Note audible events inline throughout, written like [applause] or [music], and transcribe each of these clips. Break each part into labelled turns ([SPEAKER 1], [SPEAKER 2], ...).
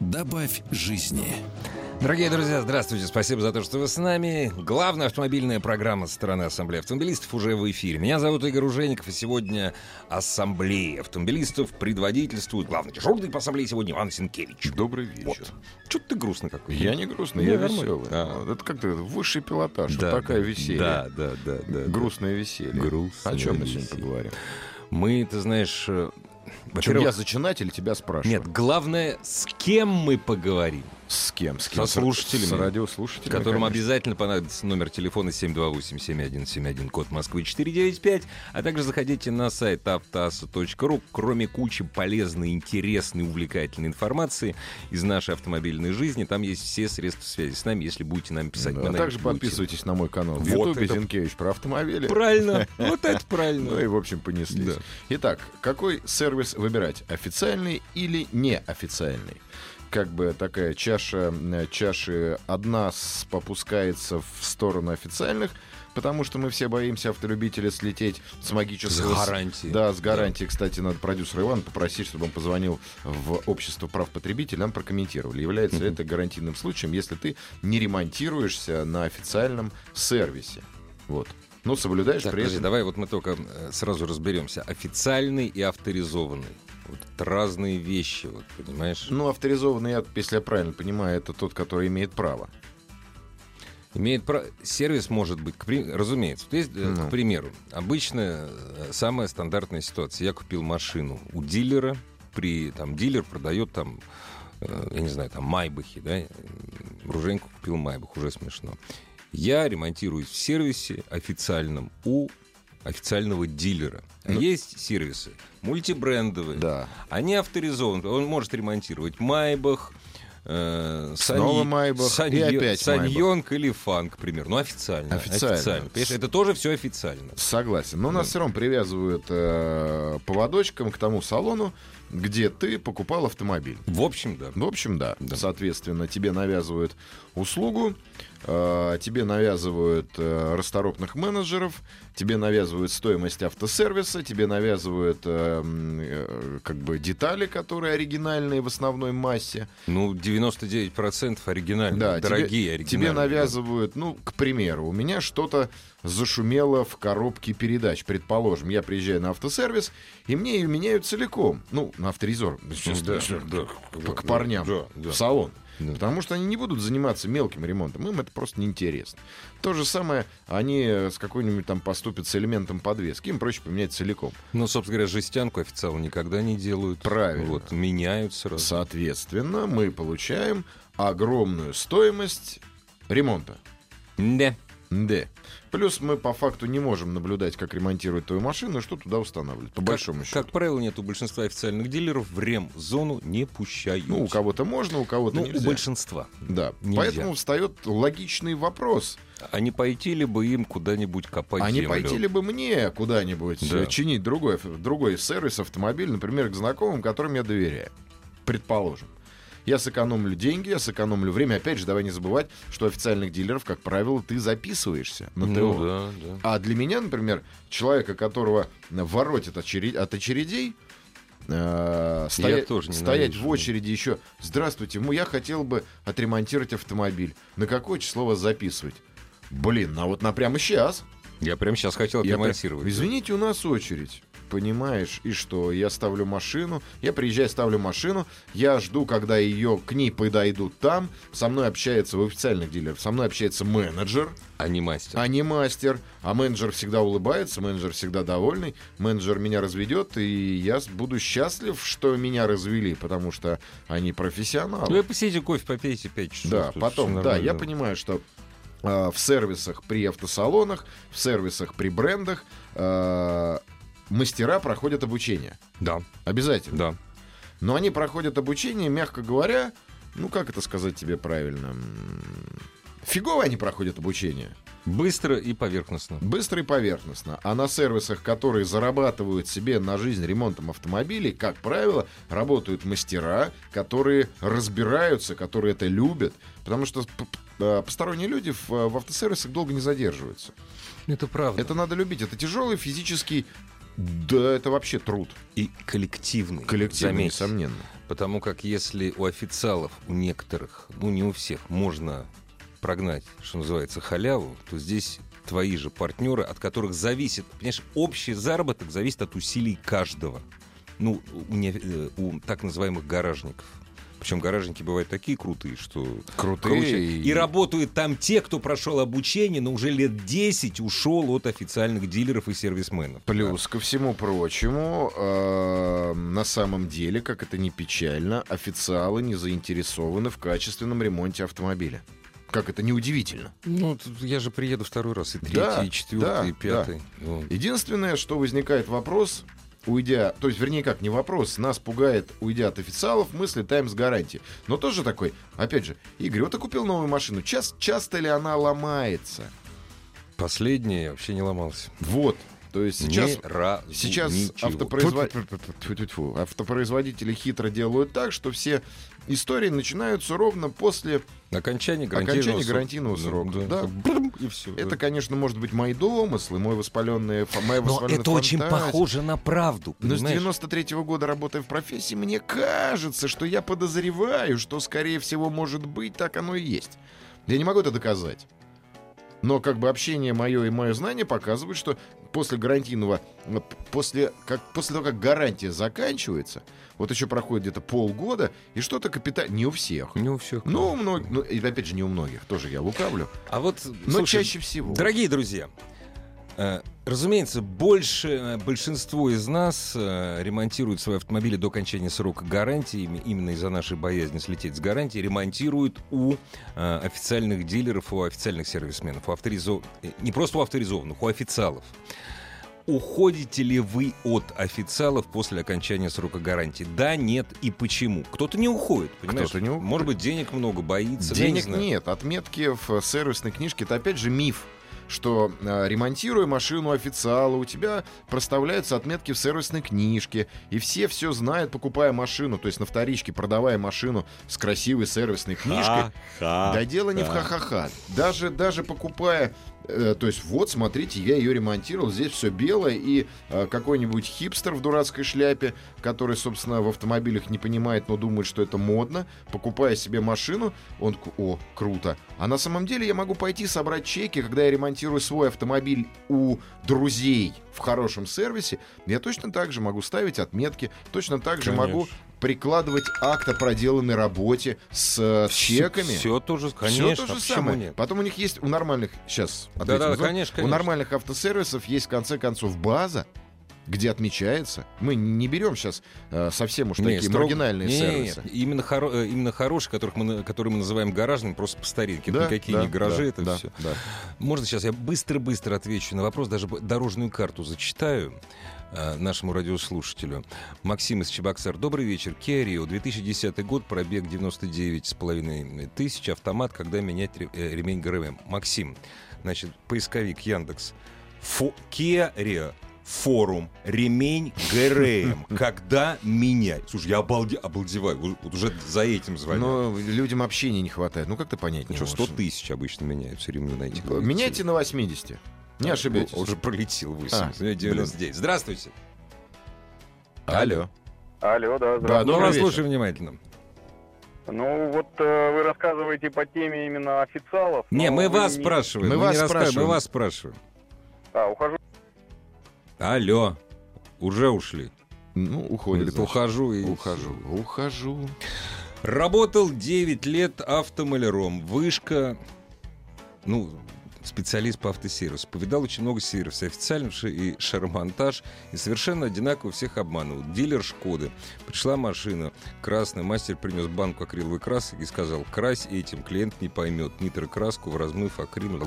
[SPEAKER 1] Добавь жизни.
[SPEAKER 2] Дорогие друзья, здравствуйте. Спасибо за то, что вы с нами. Главная автомобильная программа страны Ассамблеи Автомобилистов уже в эфире. Меня зовут Игорь Ужеников, и сегодня Ассамблея Автомобилистов предводительствует главный дежурный по Ассамблее сегодня Иван Сенкевич.
[SPEAKER 3] Добрый вечер.
[SPEAKER 2] Вот. Что ты грустный какой?
[SPEAKER 3] Я не грустный,
[SPEAKER 2] Не,
[SPEAKER 3] я
[SPEAKER 2] нормально.
[SPEAKER 3] веселый.
[SPEAKER 2] А.
[SPEAKER 3] Вот Это как-то высший пилотаж. вот такая веселье.
[SPEAKER 2] Да, да, да. да
[SPEAKER 3] Грустное веселье.
[SPEAKER 2] Грустное
[SPEAKER 3] О чем мы
[SPEAKER 2] веселье.
[SPEAKER 3] сегодня поговорим?
[SPEAKER 2] Мы, ты знаешь... э,
[SPEAKER 3] Причем я
[SPEAKER 2] Во-первых,
[SPEAKER 3] зачинатель тебя спрашиваю.
[SPEAKER 2] нет, главное, с кем мы поговорим.
[SPEAKER 3] С кем? С кем?
[SPEAKER 2] Со слушателями.
[SPEAKER 3] С радиослушателями.
[SPEAKER 2] которым
[SPEAKER 3] конечно.
[SPEAKER 2] обязательно понадобится номер телефона 728-7171, код Москвы 495, а также заходите на сайт автоаса.ру. Кроме кучи полезной, интересной, увлекательной информации из нашей автомобильной жизни, там есть все средства связи с нами, если будете нам писать.
[SPEAKER 3] Да,
[SPEAKER 2] Мы
[SPEAKER 3] а
[SPEAKER 2] на
[SPEAKER 3] также
[SPEAKER 2] них будем.
[SPEAKER 3] подписывайтесь на мой канал в
[SPEAKER 2] Вот
[SPEAKER 3] Ютубе
[SPEAKER 2] это-
[SPEAKER 3] Зинкевич про автомобили. [laughs]
[SPEAKER 2] Правильно, вот это
[SPEAKER 3] Ну
[SPEAKER 2] правильно.
[SPEAKER 3] и, в общем,
[SPEAKER 2] Да.
[SPEAKER 3] понеслись. Итак, какой сервис выбирать? Официальный или неофициальный? Как бы такая чаша, э, чаши одна с- попускается в сторону официальных, потому что мы все боимся автолюбителя слететь с магического...
[SPEAKER 2] С
[SPEAKER 3] с-
[SPEAKER 2] гарантией.
[SPEAKER 3] Да, с гарантией. Кстати, надо продюсера Ивана попросить, чтобы он позвонил в общество прав потребителей, нам прокомментировали, является ли это гарантийным случаем, если ты не ремонтируешься на официальном сервисе. Вот. Ну, соблюдаешь
[SPEAKER 2] Так,
[SPEAKER 3] при
[SPEAKER 2] подожди,
[SPEAKER 3] этом...
[SPEAKER 2] давай вот мы только э, сразу разберемся. Официальный и авторизованный. Вот это разные вещи, вот, понимаешь?
[SPEAKER 3] Ну, авторизованный, я, если я правильно понимаю, это тот, который имеет право.
[SPEAKER 2] Имеет право. Сервис может быть, к при- разумеется. Вот есть, э,
[SPEAKER 3] Ну.
[SPEAKER 2] к примеру, обычная э, самая стандартная ситуация. Я купил машину у дилера, при там дилер продает там, э, я не знаю, там майбахи, да, э, Руженьку купил майбах, уже смешно. Я ремонтируюсь в сервисе официальном у официального дилера. А
[SPEAKER 3] Ну.
[SPEAKER 2] Есть сервисы мультибрендовые,
[SPEAKER 3] Да.
[SPEAKER 2] они авторизованы. Он может ремонтировать Майбах, э,
[SPEAKER 3] Снова Майбах и опять
[SPEAKER 2] Саньонг или Фан, к примеру. Ну, официально.
[SPEAKER 3] Официально.
[SPEAKER 2] Понимаешь, это тоже все официально.
[SPEAKER 3] Согласен. Но нас все равно привязывают э, поводочком к тому салону, где ты покупал автомобиль.
[SPEAKER 2] В общем, да.
[SPEAKER 3] В общем, да. Соответственно, тебе навязывают услугу, э, тебе навязывают э, расторопных менеджеров, тебе навязывают стоимость автосервиса, тебе навязывают э, м, э, как бы детали, которые оригинальные в основной массе.
[SPEAKER 2] Ну, 99% оригинальные,
[SPEAKER 3] Да,
[SPEAKER 2] дорогие
[SPEAKER 3] тебе,
[SPEAKER 2] оригинальные.
[SPEAKER 3] тебе навязывают, ну, к примеру, у меня что-то зашумело в коробке передач. Предположим, я приезжаю на автосервис, и мне ее меняют целиком. Ну, на авторизор, естественно,
[SPEAKER 2] да,
[SPEAKER 3] всё,
[SPEAKER 2] да,
[SPEAKER 3] к-
[SPEAKER 2] да,
[SPEAKER 3] к
[SPEAKER 2] да,
[SPEAKER 3] парням
[SPEAKER 2] да, да.
[SPEAKER 3] в салон.
[SPEAKER 2] Да.
[SPEAKER 3] Потому что они не будут заниматься мелким ремонтом, им это просто неинтересно. То же самое они э, с какой-нибудь там поступят с элементом подвески, им проще поменять целиком.
[SPEAKER 2] Ну, собственно говоря, жестянку официалы никогда не делают.
[SPEAKER 3] Правильно.
[SPEAKER 2] Вот, меняют сразу.
[SPEAKER 3] Соответственно, мы получаем огромную стоимость ремонта.
[SPEAKER 2] Да.
[SPEAKER 3] Да. Плюс мы по факту не можем наблюдать, как ремонтируют твою машину и что туда устанавливают, по большому
[SPEAKER 2] как,
[SPEAKER 3] счету.
[SPEAKER 2] Как правило, нет у большинства официальных дилеров в рем-зону не пущают.
[SPEAKER 3] Ну, у кого-то можно, у кого-то
[SPEAKER 2] Ну, у
[SPEAKER 3] нельзя.
[SPEAKER 2] большинства.
[SPEAKER 3] Да.
[SPEAKER 2] Нельзя.
[SPEAKER 3] Поэтому встает логичный вопрос.
[SPEAKER 2] А не пойти ли бы им куда-нибудь копать
[SPEAKER 3] а не
[SPEAKER 2] землю?
[SPEAKER 3] пойти ли бы мне куда-нибудь
[SPEAKER 2] Да.
[SPEAKER 3] э, чинить другой, другой сервис, автомобиль, например, к знакомым, которым я доверяю? Предположим. Я сэкономлю деньги, я сэкономлю время. Опять же, давай не забывать, что официальных дилеров, как правило, ты записываешься на ТО.
[SPEAKER 2] Ну, да, да.
[SPEAKER 3] А для меня, например, человека, которого воротит очере- от очередей, э, стоя-
[SPEAKER 2] тоже ненавижу.
[SPEAKER 3] стоять в очереди еще. Здравствуйте, мы, я хотел бы отремонтировать автомобиль. На какое число вас записывать? Блин, а вот на прямо сейчас.
[SPEAKER 2] Я прямо сейчас хотел
[SPEAKER 3] Я прям-
[SPEAKER 2] отремонтировать.
[SPEAKER 3] Извините, у нас очередь. Понимаешь, и что? Я ставлю машину, я приезжаю, ставлю машину, я жду, когда ее к ней подойдут там, со мной общается, у официальных дилеров, со мной общается менеджер,
[SPEAKER 2] а не мастер.
[SPEAKER 3] а не мастер. А менеджер всегда улыбается, менеджер всегда довольный. Менеджер меня разведет, и я с- буду счастлив, что меня развели, потому что
[SPEAKER 2] Ну
[SPEAKER 3] они
[SPEAKER 2] и
[SPEAKER 3] профессионалы.
[SPEAKER 2] посидите кофе, попейте 5 часов.
[SPEAKER 3] Да,
[SPEAKER 2] Тут
[SPEAKER 3] потом,
[SPEAKER 2] всё
[SPEAKER 3] да,
[SPEAKER 2] нормально.
[SPEAKER 3] я понимаю, что а, в сервисах при автосалонах, в сервисах при брендах а, мастера проходят обучение.
[SPEAKER 2] Да,
[SPEAKER 3] Обязательно.
[SPEAKER 2] да.
[SPEAKER 3] Но они проходят обучение, мягко говоря, ну как это сказать тебе правильно, М, фигово они проходят обучение.
[SPEAKER 2] Быстро и поверхностно.
[SPEAKER 3] Быстро и поверхностно. А на сервисах, которые зарабатывают себе на жизнь ремонтом автомобилей, как правило, работают мастера, которые разбираются, которые это любят. Потому что п- п- э, посторонние люди в, э, в автосервисах долго не задерживаются.
[SPEAKER 2] Это правда.
[SPEAKER 3] Это надо любить. Это тяжелый физический... Да, это вообще труд.
[SPEAKER 2] и коллективный.
[SPEAKER 3] Коллективный,
[SPEAKER 2] заметь.
[SPEAKER 3] несомненно.
[SPEAKER 2] Потому как если у официалов, у некоторых, ну не у всех, можно прогнать, что называется, халяву, то здесь твои же партнеры, от которых зависит, понимаешь, общий заработок зависит от усилий каждого. Ну, у, не- э, у так называемых гаражников. Причем гаражники бывают такие крутые, что
[SPEAKER 3] Крутые
[SPEAKER 2] Короче,
[SPEAKER 3] и-
[SPEAKER 2] И работают там те, кто прошел обучение, но уже лет 10 ушел от официальных дилеров и сервисменов.
[SPEAKER 3] Плюс ко всему прочему, э, на самом деле, как это не печально, официалы не заинтересованы в качественном ремонте автомобиля. Как это неудивительно.
[SPEAKER 2] Ну, тут я же приеду второй раз, и третий,
[SPEAKER 3] Да,
[SPEAKER 2] и четвертый,
[SPEAKER 3] да,
[SPEAKER 2] и пятый. Ну, Вот.
[SPEAKER 3] Единственное, что возникает вопрос, уйдя, то есть, вернее, как не вопрос, нас пугает, уйдя от официалов, мы слетаем с гарантии. Но тоже такой, опять же, Игорь, вот ты купил новую машину, час, часто ли она ломается?
[SPEAKER 2] Последний я вообще не ломался.
[SPEAKER 3] Вот, то есть сейчас...
[SPEAKER 2] Ни разу
[SPEAKER 3] Сейчас
[SPEAKER 2] ничего.
[SPEAKER 3] автопроизва- Тьфу-тьфу-тьфу. автопроизводители хитро делают так, что все истории начинаются ровно после
[SPEAKER 2] Окончание гарантийного
[SPEAKER 3] окончания
[SPEAKER 2] срока. Ну,
[SPEAKER 3] гарантийного срока. Да.
[SPEAKER 2] Да. Брм, И все.
[SPEAKER 3] Это, конечно, может быть мои домыслы, мой воспаленный моя
[SPEAKER 2] Но
[SPEAKER 3] воспаленная
[SPEAKER 2] это очень
[SPEAKER 3] фантазия.
[SPEAKER 2] похоже на правду,
[SPEAKER 3] Но Ну, с
[SPEAKER 2] понимаешь?
[SPEAKER 3] 93 года работая в профессии, мне кажется, что я подозреваю, что, скорее всего, может быть, так оно и есть. Я не могу это доказать. Но как бы общение мое и мое знание показывают, что после гарантийного, э, п- после, как, после того, как гарантия заканчивается, вот еще проходит где-то полгода, и что-то капитально... Не у всех.
[SPEAKER 2] Не у всех.
[SPEAKER 3] Ну, у многих... Ну, и опять же, не у многих. Тоже я лукавлю.
[SPEAKER 2] а вот,
[SPEAKER 3] Но
[SPEAKER 2] слушай,
[SPEAKER 3] чаще всего.
[SPEAKER 2] Дорогие друзья, э, разумеется, больше, э, большинство из нас э, ремонтируют свои автомобили до окончания срока гарантии, Ими- именно из-за нашей боязни слететь с гарантии, ремонтируют у э, официальных дилеров, у официальных сервисменов, у авторизо- э, не просто у авторизованных, у официалов. Уходите ли вы от официалов после окончания срока гарантии? Да, нет и почему? Кто-то не уходит, понимаешь?
[SPEAKER 3] Кто-то не уходит.
[SPEAKER 2] Может быть, денег много, боится. я не
[SPEAKER 3] Денег
[SPEAKER 2] знаю.
[SPEAKER 3] нет. Отметки в сервисной книжке это опять же миф что э, ремонтируя машину официала, у тебя проставляются отметки в сервисной книжке, и все все знают, покупая машину, то есть на вторичке, продавая машину с красивой сервисной книжкой. А, да дело не в ха-ха-ха. Даже, даже покупая, э, то есть вот, смотрите, я ее ремонтировал, здесь все белое, и э, какой-нибудь хипстер в дурацкой шляпе, который, собственно, в автомобилях не понимает, но думает, что это модно, покупая себе машину, он, к- о, круто. А на самом деле я могу пойти собрать чеки, когда я ремонтирую свой автомобиль у друзей в хорошем сервисе, я точно так же могу ставить отметки, точно так же
[SPEAKER 2] Конечно.
[SPEAKER 3] могу прикладывать акт о проделанной работе с э, чеками.
[SPEAKER 2] Все то же,
[SPEAKER 3] Всё
[SPEAKER 2] конечно.
[SPEAKER 3] то
[SPEAKER 2] а
[SPEAKER 3] же
[SPEAKER 2] почему
[SPEAKER 3] самое.
[SPEAKER 2] нет?
[SPEAKER 3] Потом у них есть у нормальных сейчас.
[SPEAKER 2] Да,
[SPEAKER 3] ответим
[SPEAKER 2] да,
[SPEAKER 3] на звонок.
[SPEAKER 2] конечно,
[SPEAKER 3] У
[SPEAKER 2] конечно.
[SPEAKER 3] нормальных автосервисов есть в конце концов база, где отмечается. Мы не берем сейчас э, совсем уж
[SPEAKER 2] Не,
[SPEAKER 3] такие
[SPEAKER 2] строго-
[SPEAKER 3] маргинальные
[SPEAKER 2] не, не, не.
[SPEAKER 3] сервисы.
[SPEAKER 2] Именно, хоро- э, именно хорошие, которых мы, на- которые мы называем гаражными, просто по старинке. Это
[SPEAKER 3] Да,
[SPEAKER 2] никакие
[SPEAKER 3] да,
[SPEAKER 2] не гаражи,
[SPEAKER 3] да,
[SPEAKER 2] это
[SPEAKER 3] да,
[SPEAKER 2] все.
[SPEAKER 3] да.
[SPEAKER 2] Можно сейчас я быстро-быстро отвечу на вопрос, даже б- дорожную карту зачитаю э, нашему радиослушателю. Максим из Чебоксар. Добрый вечер. Kia Rio, 2010 год, пробег 99,5 тысяч, автомат, когда менять ре- э, ремень ГРМ. Максим, значит, поисковик Яндекс. Фо- Kia Rio, форум, ремень ГРМ, когда менять? Слушай, я обалде- обалдеваю, вот вот уже за этим звоню.
[SPEAKER 3] Но людям общения не хватает. Ну как ты понять?
[SPEAKER 2] Ну
[SPEAKER 3] не
[SPEAKER 2] что, типа, 100
[SPEAKER 3] можешь?
[SPEAKER 2] тысяч обычно меняются ремни на этих
[SPEAKER 3] Меняйте на 80. Не ошибетесь.
[SPEAKER 2] он же пролетел 80,
[SPEAKER 3] А,
[SPEAKER 2] у меня 99. Здравствуйте.
[SPEAKER 3] Алло. Да,
[SPEAKER 4] Алло, да, здравствуйте.
[SPEAKER 2] Ну,
[SPEAKER 3] добрый
[SPEAKER 2] вас
[SPEAKER 3] вечер.
[SPEAKER 2] слушаю внимательно.
[SPEAKER 4] Ну, вот э, вы рассказываете по теме именно официалов.
[SPEAKER 2] Не,
[SPEAKER 4] но
[SPEAKER 2] мы
[SPEAKER 4] вы
[SPEAKER 2] вас
[SPEAKER 4] не-
[SPEAKER 2] спрашиваем.
[SPEAKER 3] Мы
[SPEAKER 2] не
[SPEAKER 3] вас
[SPEAKER 2] рассказываем,
[SPEAKER 3] спрашиваем.
[SPEAKER 2] Мы вас спрашиваем.
[SPEAKER 4] А, ухожу.
[SPEAKER 2] Алло. Уже ушли.
[SPEAKER 3] Ну, уходит.
[SPEAKER 2] Говорит,
[SPEAKER 3] значит.
[SPEAKER 2] ухожу и...
[SPEAKER 3] Ухожу. Ухожу.
[SPEAKER 2] Работал 9 лет автомаляром. Вышка... Ну, специалист по автосервису. Повидал очень много сервисов. Официально ш- и шармонтаж. И совершенно одинаково всех обманывал. Дилер Шкоды. Пришла машина. Красный мастер принес банку акриловой краски и сказал, крась этим, клиент не поймет. Нитрокраску в размыв акрил.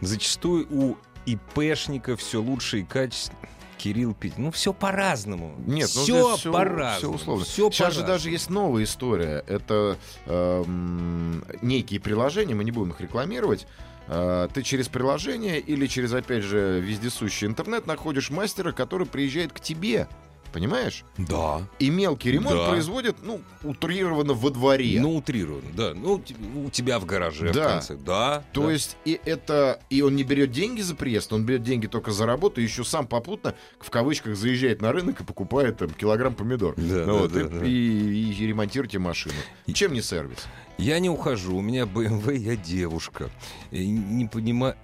[SPEAKER 2] Зачастую у ИПшника все лучше и качественно. Кирилл Петь. Ну, все по-разному.
[SPEAKER 3] Нет, ну,
[SPEAKER 2] все
[SPEAKER 3] здесь всё- всё
[SPEAKER 2] по-разному.
[SPEAKER 3] условно.
[SPEAKER 2] всё
[SPEAKER 3] Сейчас же
[SPEAKER 2] по-разному.
[SPEAKER 3] даже есть новая история. Это эм, некие приложения, мы не будем их рекламировать. Э, Ты через приложение или через, опять же, вездесущий интернет находишь мастера, который приезжает к тебе. Понимаешь?
[SPEAKER 2] Да.
[SPEAKER 3] И мелкий ремонт
[SPEAKER 2] Да.
[SPEAKER 3] производит, ну, утрированно во дворе.
[SPEAKER 2] Ну, утрированно, да. Ну, у те- у тебя в гараже,
[SPEAKER 3] Да.
[SPEAKER 2] в конце. Да.
[SPEAKER 3] То
[SPEAKER 2] да.
[SPEAKER 3] есть и это и он не берет деньги за приезд, он берет деньги только за работу, и еще сам попутно в кавычках заезжает на рынок и покупает там килограмм помидор.
[SPEAKER 2] Да,
[SPEAKER 3] Ну
[SPEAKER 2] да,
[SPEAKER 3] вот,
[SPEAKER 2] да,
[SPEAKER 3] и,
[SPEAKER 2] да.
[SPEAKER 3] и- и ремонтируйте машину.
[SPEAKER 2] И-
[SPEAKER 3] Чем не сервис?
[SPEAKER 2] Я не ухожу, у меня BMW, я девушка. И не понимаю...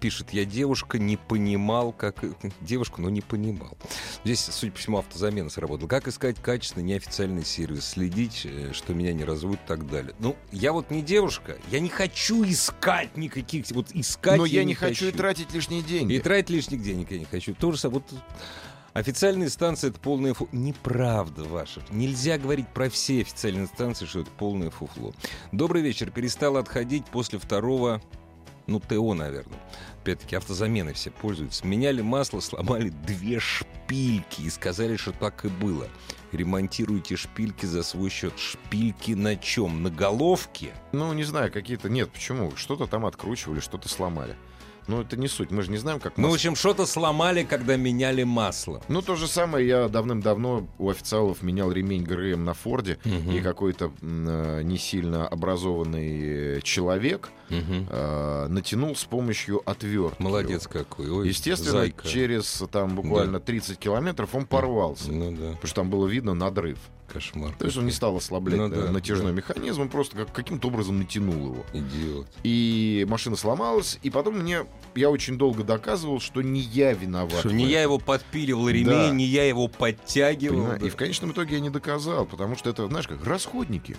[SPEAKER 2] Пишет, я девушка, не понимал, как... Девушка, но не понимал. Здесь, судя по всему, автозамена сработала. Как искать качественный неофициальный сервис? Следить, э, что меня не разводят и так далее. Ну, я вот не девушка, я не хочу искать никаких... Вот искать
[SPEAKER 3] Но Ну, я, не хочу, и
[SPEAKER 2] тратить.
[SPEAKER 3] тратить лишние деньги.
[SPEAKER 2] И тратить лишних денег я не хочу. То же самое. Вот официальные станции это полное фу. Неправда ваша. Нельзя говорить про все официальные станции, что это полное фуфло. Добрый вечер. Перестал отходить после второго. Ну, ТО, наверное. Опять-таки, автозамены все пользуются. Меняли масло, сломали две шпильки и сказали, что так и было. Ремонтируйте шпильки за свой счет. Шпильки на чем? На головке?
[SPEAKER 3] Ну, не знаю, какие-то... Нет, почему? Что-то там откручивали, что-то сломали. Ну, это не суть. Мы же не знаем, как...
[SPEAKER 2] Ну, в
[SPEAKER 3] мас-
[SPEAKER 2] общем, что-то сломали, когда меняли масло.
[SPEAKER 3] Ну, то же самое я давным-давно у официалов менял ремень ГРМ на Форде, и какой-то м, э, не сильно образованный э, человек
[SPEAKER 2] Мгм.
[SPEAKER 3] э, натянул с помощью отвертки.
[SPEAKER 2] Молодец какой. Ой,
[SPEAKER 3] Естественно,
[SPEAKER 2] зайка.
[SPEAKER 3] через там буквально 30 километров он порвался.
[SPEAKER 2] Ну да,
[SPEAKER 3] Потому что там было видно надрыв.
[SPEAKER 2] кошмар.
[SPEAKER 3] То есть он не стал ослаблять
[SPEAKER 2] Ну
[SPEAKER 3] э,
[SPEAKER 2] да,
[SPEAKER 3] натяжной
[SPEAKER 2] да.
[SPEAKER 3] механизм, он просто как- каким-то образом натянул его.
[SPEAKER 2] Идиот.
[SPEAKER 3] И машина сломалась, и потом мне я очень долго доказывал, что не я виноват.
[SPEAKER 2] Что,
[SPEAKER 3] в
[SPEAKER 2] не
[SPEAKER 3] этом.
[SPEAKER 2] я его подпиливал ремень,
[SPEAKER 3] Да.
[SPEAKER 2] не я его подтягивал.
[SPEAKER 3] Понимаю?
[SPEAKER 2] да.
[SPEAKER 3] И в конечном итоге я не доказал, потому что это, знаешь, как расходники.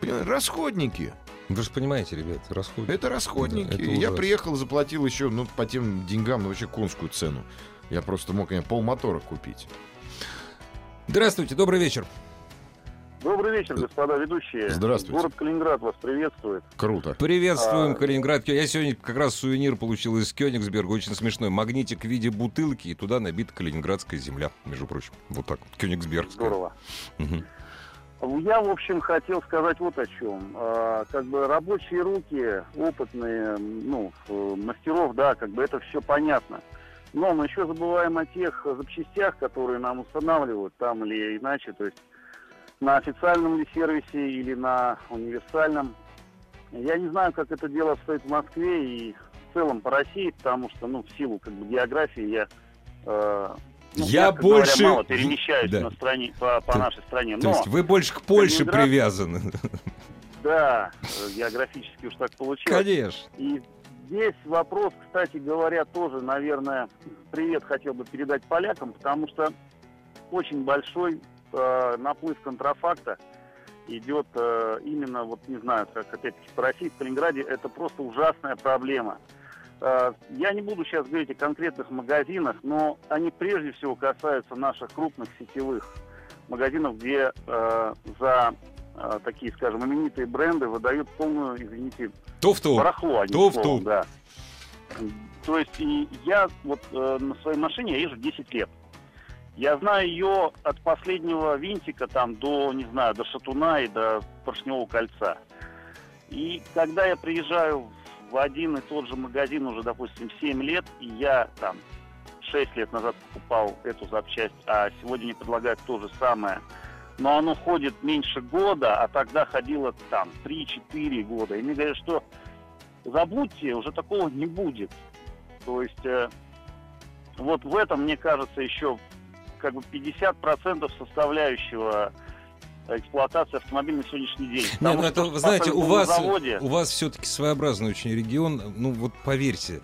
[SPEAKER 3] Понимаешь, расходники.
[SPEAKER 2] Вы же понимаете, ребят, расходы.
[SPEAKER 3] Это расходники.
[SPEAKER 2] Да, это
[SPEAKER 3] я
[SPEAKER 2] ужасно.
[SPEAKER 3] приехал, заплатил еще, ну, по тем деньгам, ну, вообще конскую цену. Я просто мог, наверное, полмотора купить.
[SPEAKER 2] Здравствуйте, добрый вечер.
[SPEAKER 4] Добрый вечер, господа ведущие.
[SPEAKER 3] Здравствуйте.
[SPEAKER 4] Город Калининград вас приветствует.
[SPEAKER 3] Круто.
[SPEAKER 2] Приветствуем,
[SPEAKER 4] А.
[SPEAKER 2] Калининград. Я сегодня как раз сувенир получил из Кёнигсберга, очень смешной. Магнитик в виде бутылки, и туда набита калининградская земля, между прочим. Вот так, Кёнигсбергская.
[SPEAKER 4] Здорово.
[SPEAKER 2] Мгм.
[SPEAKER 4] Я, в общем, хотел сказать вот о чем. А, Как бы рабочие руки, опытные, ну, э, мастеров, да, как бы это все понятно. Но мы еще забываем о тех запчастях, которые нам устанавливают там или иначе, то есть на официальном ли сервисе или на универсальном. Я не знаю, как это дело обстоит в Москве и в целом по России, потому что, ну, в силу как бы географии я... э, ну,
[SPEAKER 2] Я
[SPEAKER 4] мягко говоря,
[SPEAKER 2] больше-
[SPEAKER 4] мало перемещаюсь
[SPEAKER 2] Да.
[SPEAKER 4] на стране, по, по
[SPEAKER 2] То-
[SPEAKER 4] нашей стране.
[SPEAKER 2] То
[SPEAKER 4] Но...
[SPEAKER 2] есть вы больше к Польше
[SPEAKER 4] Калининград-
[SPEAKER 2] привязаны. [laughs]
[SPEAKER 4] Да, э, географически уж так получилось.
[SPEAKER 2] Конечно.
[SPEAKER 4] И здесь вопрос, кстати говоря, тоже, наверное, привет хотел бы передать полякам, потому что очень большой э, наплыв контрафакта идет э, именно, вот не знаю, как опять-таки по России, в Калининграде, это просто ужасная проблема. Э, Я не буду сейчас говорить о конкретных магазинах, но они прежде всего касаются наших крупных сетевых магазинов, где э, за э, такие, скажем, именитые бренды выдают полную, извините,
[SPEAKER 2] Туф-туф.
[SPEAKER 4] барахло, одним
[SPEAKER 2] Туф-туф.
[SPEAKER 4] словом, да. То есть и я вот э, на своей машине я езжу 10 лет. Я знаю ее от последнего винтика там до, не знаю, до шатуна и до поршневого кольца. И когда я приезжаю в один и тот же магазин уже, допустим, 7 лет, и я там 6 лет назад покупал эту запчасть, а сегодня мне предлагают то же самое, но оно ходит меньше года, а тогда ходило там 3-4 года. И мне говорят, что забудьте, уже такого не будет. То есть э, вот в этом, мне кажется, еще как бы 50% составляющего эксплуатации автомобиля на сегодняшний день.
[SPEAKER 2] Не,
[SPEAKER 4] Потому
[SPEAKER 2] ну
[SPEAKER 4] что
[SPEAKER 2] это,
[SPEAKER 4] то,
[SPEAKER 2] вы
[SPEAKER 4] что
[SPEAKER 2] знаете, у
[SPEAKER 4] поставлено
[SPEAKER 2] вас, э,
[SPEAKER 4] на заводе-
[SPEAKER 2] у вас все-таки своеобразный очень регион. Ну вот поверьте,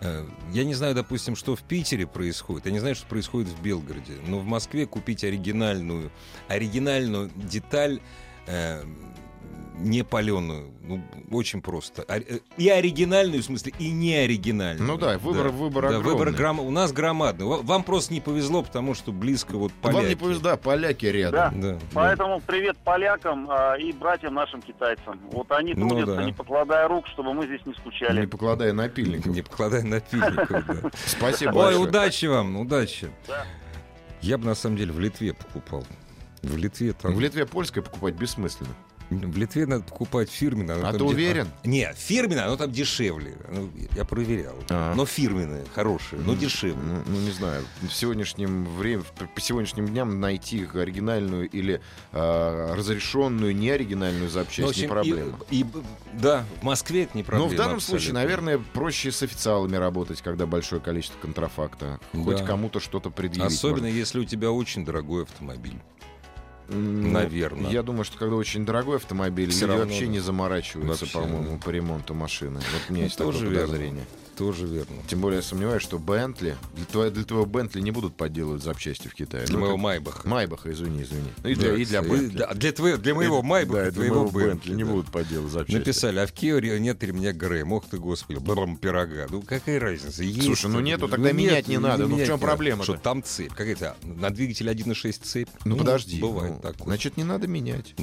[SPEAKER 2] э, я не знаю, допустим, что в Питере происходит, я не знаю, что происходит в Белгороде, но в Москве купить оригинальную, оригинальную деталь э, не паленую. Ну, очень просто. Ори- э, И оригинальную, в смысле, и не оригинальную.
[SPEAKER 3] Ну да, выбор- выбор
[SPEAKER 2] Да,
[SPEAKER 3] огромный.
[SPEAKER 2] выбор гром- у нас громадный. Ва- Вам просто не повезло, потому что близко вот поляки.
[SPEAKER 3] Вам не повезло, да, поляки
[SPEAKER 4] Да.
[SPEAKER 3] рядом.
[SPEAKER 2] Да, да.
[SPEAKER 4] Поэтому привет полякам а, и братьям нашим китайцам. Вот они
[SPEAKER 2] Ну
[SPEAKER 4] трудятся,
[SPEAKER 2] да.
[SPEAKER 4] не покладая рук, чтобы мы здесь не
[SPEAKER 3] Не
[SPEAKER 4] скучали.
[SPEAKER 3] покладая напильников.
[SPEAKER 2] Не покладай напильников. да.
[SPEAKER 3] Спасибо
[SPEAKER 2] Ой,
[SPEAKER 3] большое.
[SPEAKER 2] удачи вам, удачи.
[SPEAKER 4] Да.
[SPEAKER 2] Я бы на самом деле в Литве покупал. В Литве там.
[SPEAKER 3] В Литве польское покупать бессмысленно.
[SPEAKER 2] В Литве надо покупать фирменное. оно
[SPEAKER 3] А
[SPEAKER 2] там
[SPEAKER 3] ты
[SPEAKER 2] де-
[SPEAKER 3] уверен?
[SPEAKER 2] Не, фирменное, оно там дешевле. Ну, я проверял.
[SPEAKER 3] А.
[SPEAKER 2] Но фирменное, хорошее, но дешевле.
[SPEAKER 3] Ну, ну, не знаю, в сегодняшнем время, в- по сегодняшним дням найти их оригинальную или а, разрешенную неоригинальную
[SPEAKER 2] Ну, в
[SPEAKER 3] запчасть не
[SPEAKER 2] общем,
[SPEAKER 3] проблема.
[SPEAKER 2] и- и б- да, в Москве это не
[SPEAKER 3] Но
[SPEAKER 2] проблема.
[SPEAKER 3] в данном
[SPEAKER 2] абсолютно.
[SPEAKER 3] случае, наверное, проще с официалами работать, когда большое количество контрафакта. Хоть
[SPEAKER 2] Да.
[SPEAKER 3] кому-то что-то предъявить.
[SPEAKER 2] Особенно если у тебя очень дорогой автомобиль.
[SPEAKER 3] М, ну,
[SPEAKER 2] наверно.
[SPEAKER 3] Я думаю, что когда очень дорогой автомобиль,
[SPEAKER 2] Всё
[SPEAKER 3] люди
[SPEAKER 2] равно,
[SPEAKER 3] вообще
[SPEAKER 2] да.
[SPEAKER 3] не заморачиваются,
[SPEAKER 2] Вообще,
[SPEAKER 3] по-моему, по ремонту машины. Вот у меня
[SPEAKER 2] Ну,
[SPEAKER 3] есть такое
[SPEAKER 2] тоже верно.
[SPEAKER 3] подозрение.
[SPEAKER 2] Тоже верно.
[SPEAKER 3] Тем более я сомневаюсь, что Бентли... Для, твоего- для твоего Бентли не будут подделывать запчасти в Китае.
[SPEAKER 2] Для
[SPEAKER 3] Ну,
[SPEAKER 2] моего
[SPEAKER 3] как-
[SPEAKER 2] Майбаха.
[SPEAKER 3] Майбаха, извини, извини. Ну, и для,
[SPEAKER 2] Да,
[SPEAKER 3] и для
[SPEAKER 2] и-
[SPEAKER 3] Бентли.
[SPEAKER 2] да, для, твоего- для моего
[SPEAKER 3] И-
[SPEAKER 2] Майбаха,
[SPEAKER 3] да, и для
[SPEAKER 2] твоего
[SPEAKER 3] моего Бентли. Не
[SPEAKER 2] да.
[SPEAKER 3] будут подделывать запчасти.
[SPEAKER 2] Написали, а в Киеве нет ремня ГРМ. Ох ты, господи, брам, пирога. Ну, какая разница? Есть
[SPEAKER 3] Слушай, ну
[SPEAKER 2] это.
[SPEAKER 3] нету, тогда менять не надо. Ну, в
[SPEAKER 2] менять
[SPEAKER 3] чем
[SPEAKER 2] не надо.
[SPEAKER 3] проблема-то?
[SPEAKER 2] Что там цепь. Какая-то на двигатель 1.6 цепь.
[SPEAKER 3] Ну, подожди.
[SPEAKER 2] Бывает
[SPEAKER 3] ну,
[SPEAKER 2] такое.
[SPEAKER 3] Значит, не надо менять.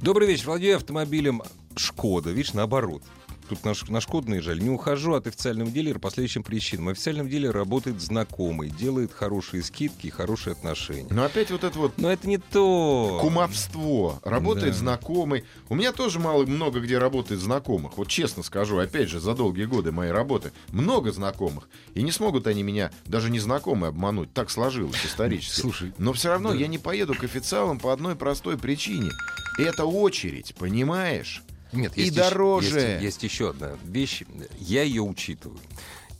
[SPEAKER 2] Добрый вечер. Владею автомобилем Шкода. Видишь, наоборот. Тут на, Ш- на Шкоду наезжали. Не ухожу от официального дилера по следующим причинам. В официальном деле работает знакомый, делает хорошие скидки и хорошие отношения.
[SPEAKER 3] Но Ну, опять вот это вот
[SPEAKER 2] Но это не то.
[SPEAKER 3] кумовство. Работает
[SPEAKER 2] Да.
[SPEAKER 3] знакомый. У меня тоже мало много где работает знакомых. Вот честно скажу, опять же, за долгие годы моей работы много знакомых. И не смогут они меня, даже незнакомые, обмануть. Так сложилось исторически.
[SPEAKER 2] Слушай,
[SPEAKER 3] Но все равно
[SPEAKER 2] да.
[SPEAKER 3] я не поеду к официалам по одной простой причине. Это очередь, понимаешь?
[SPEAKER 2] Нет,
[SPEAKER 3] И
[SPEAKER 2] есть
[SPEAKER 3] дороже.
[SPEAKER 2] Еще, есть, есть еще одна вещь. Я ее учитываю.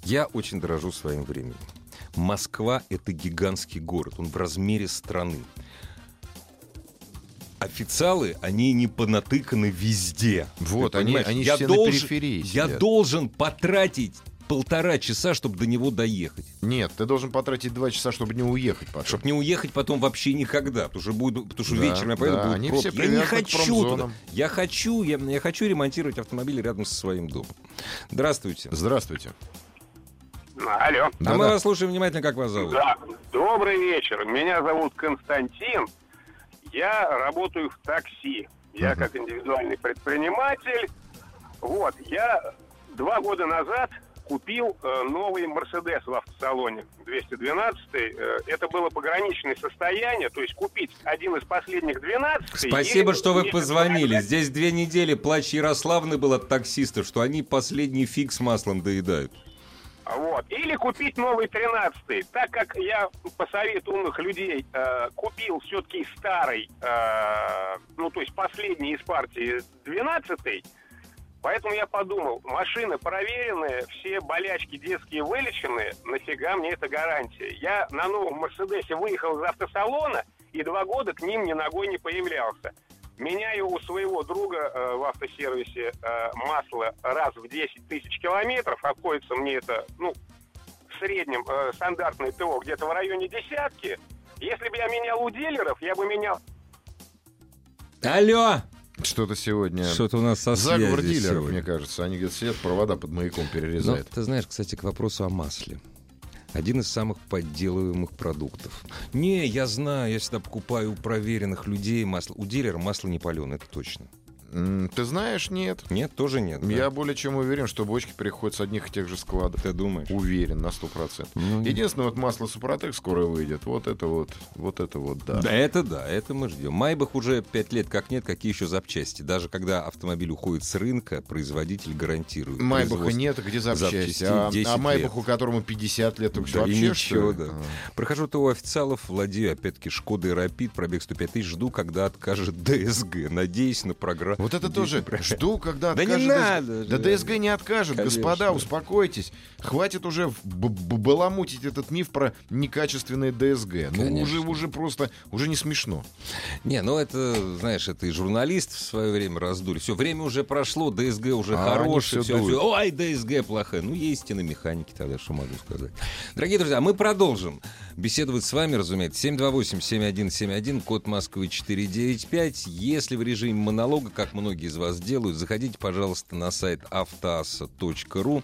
[SPEAKER 2] Я очень дорожу своим временем. Москва — это гигантский город. Он в размере страны. Официалы, они не понатыканы везде.
[SPEAKER 3] Вот,
[SPEAKER 2] Ты
[SPEAKER 3] они-
[SPEAKER 2] понимаешь?
[SPEAKER 3] они
[SPEAKER 2] я
[SPEAKER 3] все на
[SPEAKER 2] должен,
[SPEAKER 3] периферии
[SPEAKER 2] Я
[SPEAKER 3] сидят.
[SPEAKER 2] должен потратить полтора часа, чтобы до него доехать.
[SPEAKER 3] Нет, ты должен потратить два часа, чтобы не уехать потом.
[SPEAKER 2] Чтобы А не уехать потом вообще никогда, потому что, буду, потому что
[SPEAKER 3] Да,
[SPEAKER 2] вечером я поеду,
[SPEAKER 3] да,
[SPEAKER 2] будут
[SPEAKER 3] они
[SPEAKER 2] пробки.
[SPEAKER 3] все
[SPEAKER 2] я не
[SPEAKER 3] привязаны к
[SPEAKER 2] хочу
[SPEAKER 3] промзонам.
[SPEAKER 2] туда. Я хочу, я, я хочу ремонтировать автомобиль рядом со своим домом. Здравствуйте.
[SPEAKER 3] Здравствуйте.
[SPEAKER 5] Алло.
[SPEAKER 2] а
[SPEAKER 3] Да-да.
[SPEAKER 2] мы вас слушаем внимательно, как вас зовут.
[SPEAKER 5] Да, добрый вечер. Меня зовут Константин. Я работаю в такси. Я как индивидуальный предприниматель. Вот, я два года назад купил э, новый Мерседес в автосалоне 212. Э, это было пограничное состояние, то есть купить один из последних 12.
[SPEAKER 2] Спасибо,
[SPEAKER 5] и-
[SPEAKER 2] что вы
[SPEAKER 5] и-
[SPEAKER 2] позвонили. Здесь две недели плач Ярославны был от таксистов, что они последний фиг с маслом доедают.
[SPEAKER 5] Вот. Или купить новый 13 Так как я по совету умных людей э, купил все-таки старый, э, ну то есть последний из партии 12 поэтому я подумал, машины проверенные, все болячки детские вылечены, нафига мне эта гарантия? Я на новом Мерседесе выехал из автосалона и два года к ним ни ногой не появлялся. Меняю у своего друга э, в автосервисе э, масло раз в 10 тысяч километров. Обходится мне это, ну, в среднем э, стандартное ТО где-то в районе десятки. Если бы я менял у дилеров, я бы менял
[SPEAKER 2] Алло!
[SPEAKER 3] Что-то сегодня...
[SPEAKER 2] Что-то у нас со
[SPEAKER 3] Заговор
[SPEAKER 2] связью
[SPEAKER 3] дилеров,
[SPEAKER 2] сегодня.
[SPEAKER 3] мне кажется. Они где-то сидят, провода под маяком
[SPEAKER 2] Ну,
[SPEAKER 3] перерезают.
[SPEAKER 2] ты знаешь, кстати, к вопросу о масле. Один из самых подделываемых продуктов. Не, я знаю, я всегда покупаю у проверенных людей масло. У дилера масло не паленое, это точно.
[SPEAKER 3] М, Ты знаешь, нет.
[SPEAKER 2] Нет, тоже нет. Ну. да?
[SPEAKER 3] Я [laughs] более чем уверен, что бочки переходят с одних и тех же складов.
[SPEAKER 2] Ты думаешь?
[SPEAKER 3] Уверен на 100%.
[SPEAKER 2] Ну,
[SPEAKER 3] Единственное, вот масло Супротек скоро выйдет. Вот это вот, вот это вот, да.
[SPEAKER 2] Да, это да, это мы ждем. Майбах уже пять лет как нет, какие еще запчасти. Даже когда автомобиль уходит с рынка, производитель гарантирует.
[SPEAKER 3] Майбаха
[SPEAKER 2] производство.
[SPEAKER 3] нет, а где запчасти?
[SPEAKER 2] запчастей
[SPEAKER 3] А,
[SPEAKER 2] 10
[SPEAKER 3] а
[SPEAKER 2] лет.
[SPEAKER 3] Майбаху, которому 50 лет,
[SPEAKER 2] Да,
[SPEAKER 3] так
[SPEAKER 2] и
[SPEAKER 3] вообще что
[SPEAKER 2] ничего,
[SPEAKER 3] ли?
[SPEAKER 2] да.
[SPEAKER 3] А.
[SPEAKER 2] Прохожу ТО официалов, [laughs] владею опять-таки Шкодой Рапид, пробег 105 тысяч, жду, когда откажет ДСГ. Надеюсь на, програ- [laughs]
[SPEAKER 3] Вот это тоже. Жду, когда
[SPEAKER 2] Да не
[SPEAKER 3] откажет
[SPEAKER 2] надо
[SPEAKER 3] ДСГ. Да
[SPEAKER 2] же.
[SPEAKER 3] ДСГ не откажет.
[SPEAKER 2] Конечно.
[SPEAKER 3] Господа, успокойтесь. Хватит уже в- б- б- баламутить этот миф про некачественные ДСГ. Ну,
[SPEAKER 2] Конечно.
[SPEAKER 3] уже, уже просто, уже не смешно.
[SPEAKER 2] Не, ну это, знаешь, это и журналист в свое время раздули. Все, время уже прошло, ДСГ уже
[SPEAKER 3] А,
[SPEAKER 2] хороший.
[SPEAKER 3] они всё
[SPEAKER 2] всё,
[SPEAKER 3] дуют.
[SPEAKER 2] всё. Ой, ДСГ плохая. Ну, есть и на механике тогда, что могу сказать. Дорогие друзья, мы продолжим беседовать с вами, разумеется. 728-7171, код Москвы 495. Если в режиме монолога, как многие из вас делают, заходите, пожалуйста, на сайт автоаса.ру.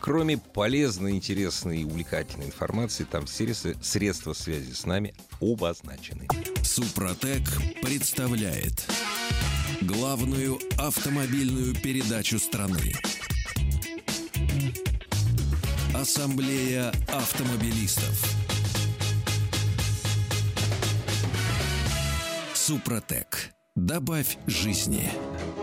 [SPEAKER 2] Кроме полезной, интересной и увлекательной информации, там все рес- средства связи с нами обозначены.
[SPEAKER 1] Супротек представляет главную автомобильную передачу страны. Ассамблея автомобилистов. Супротек. Добавь жизни.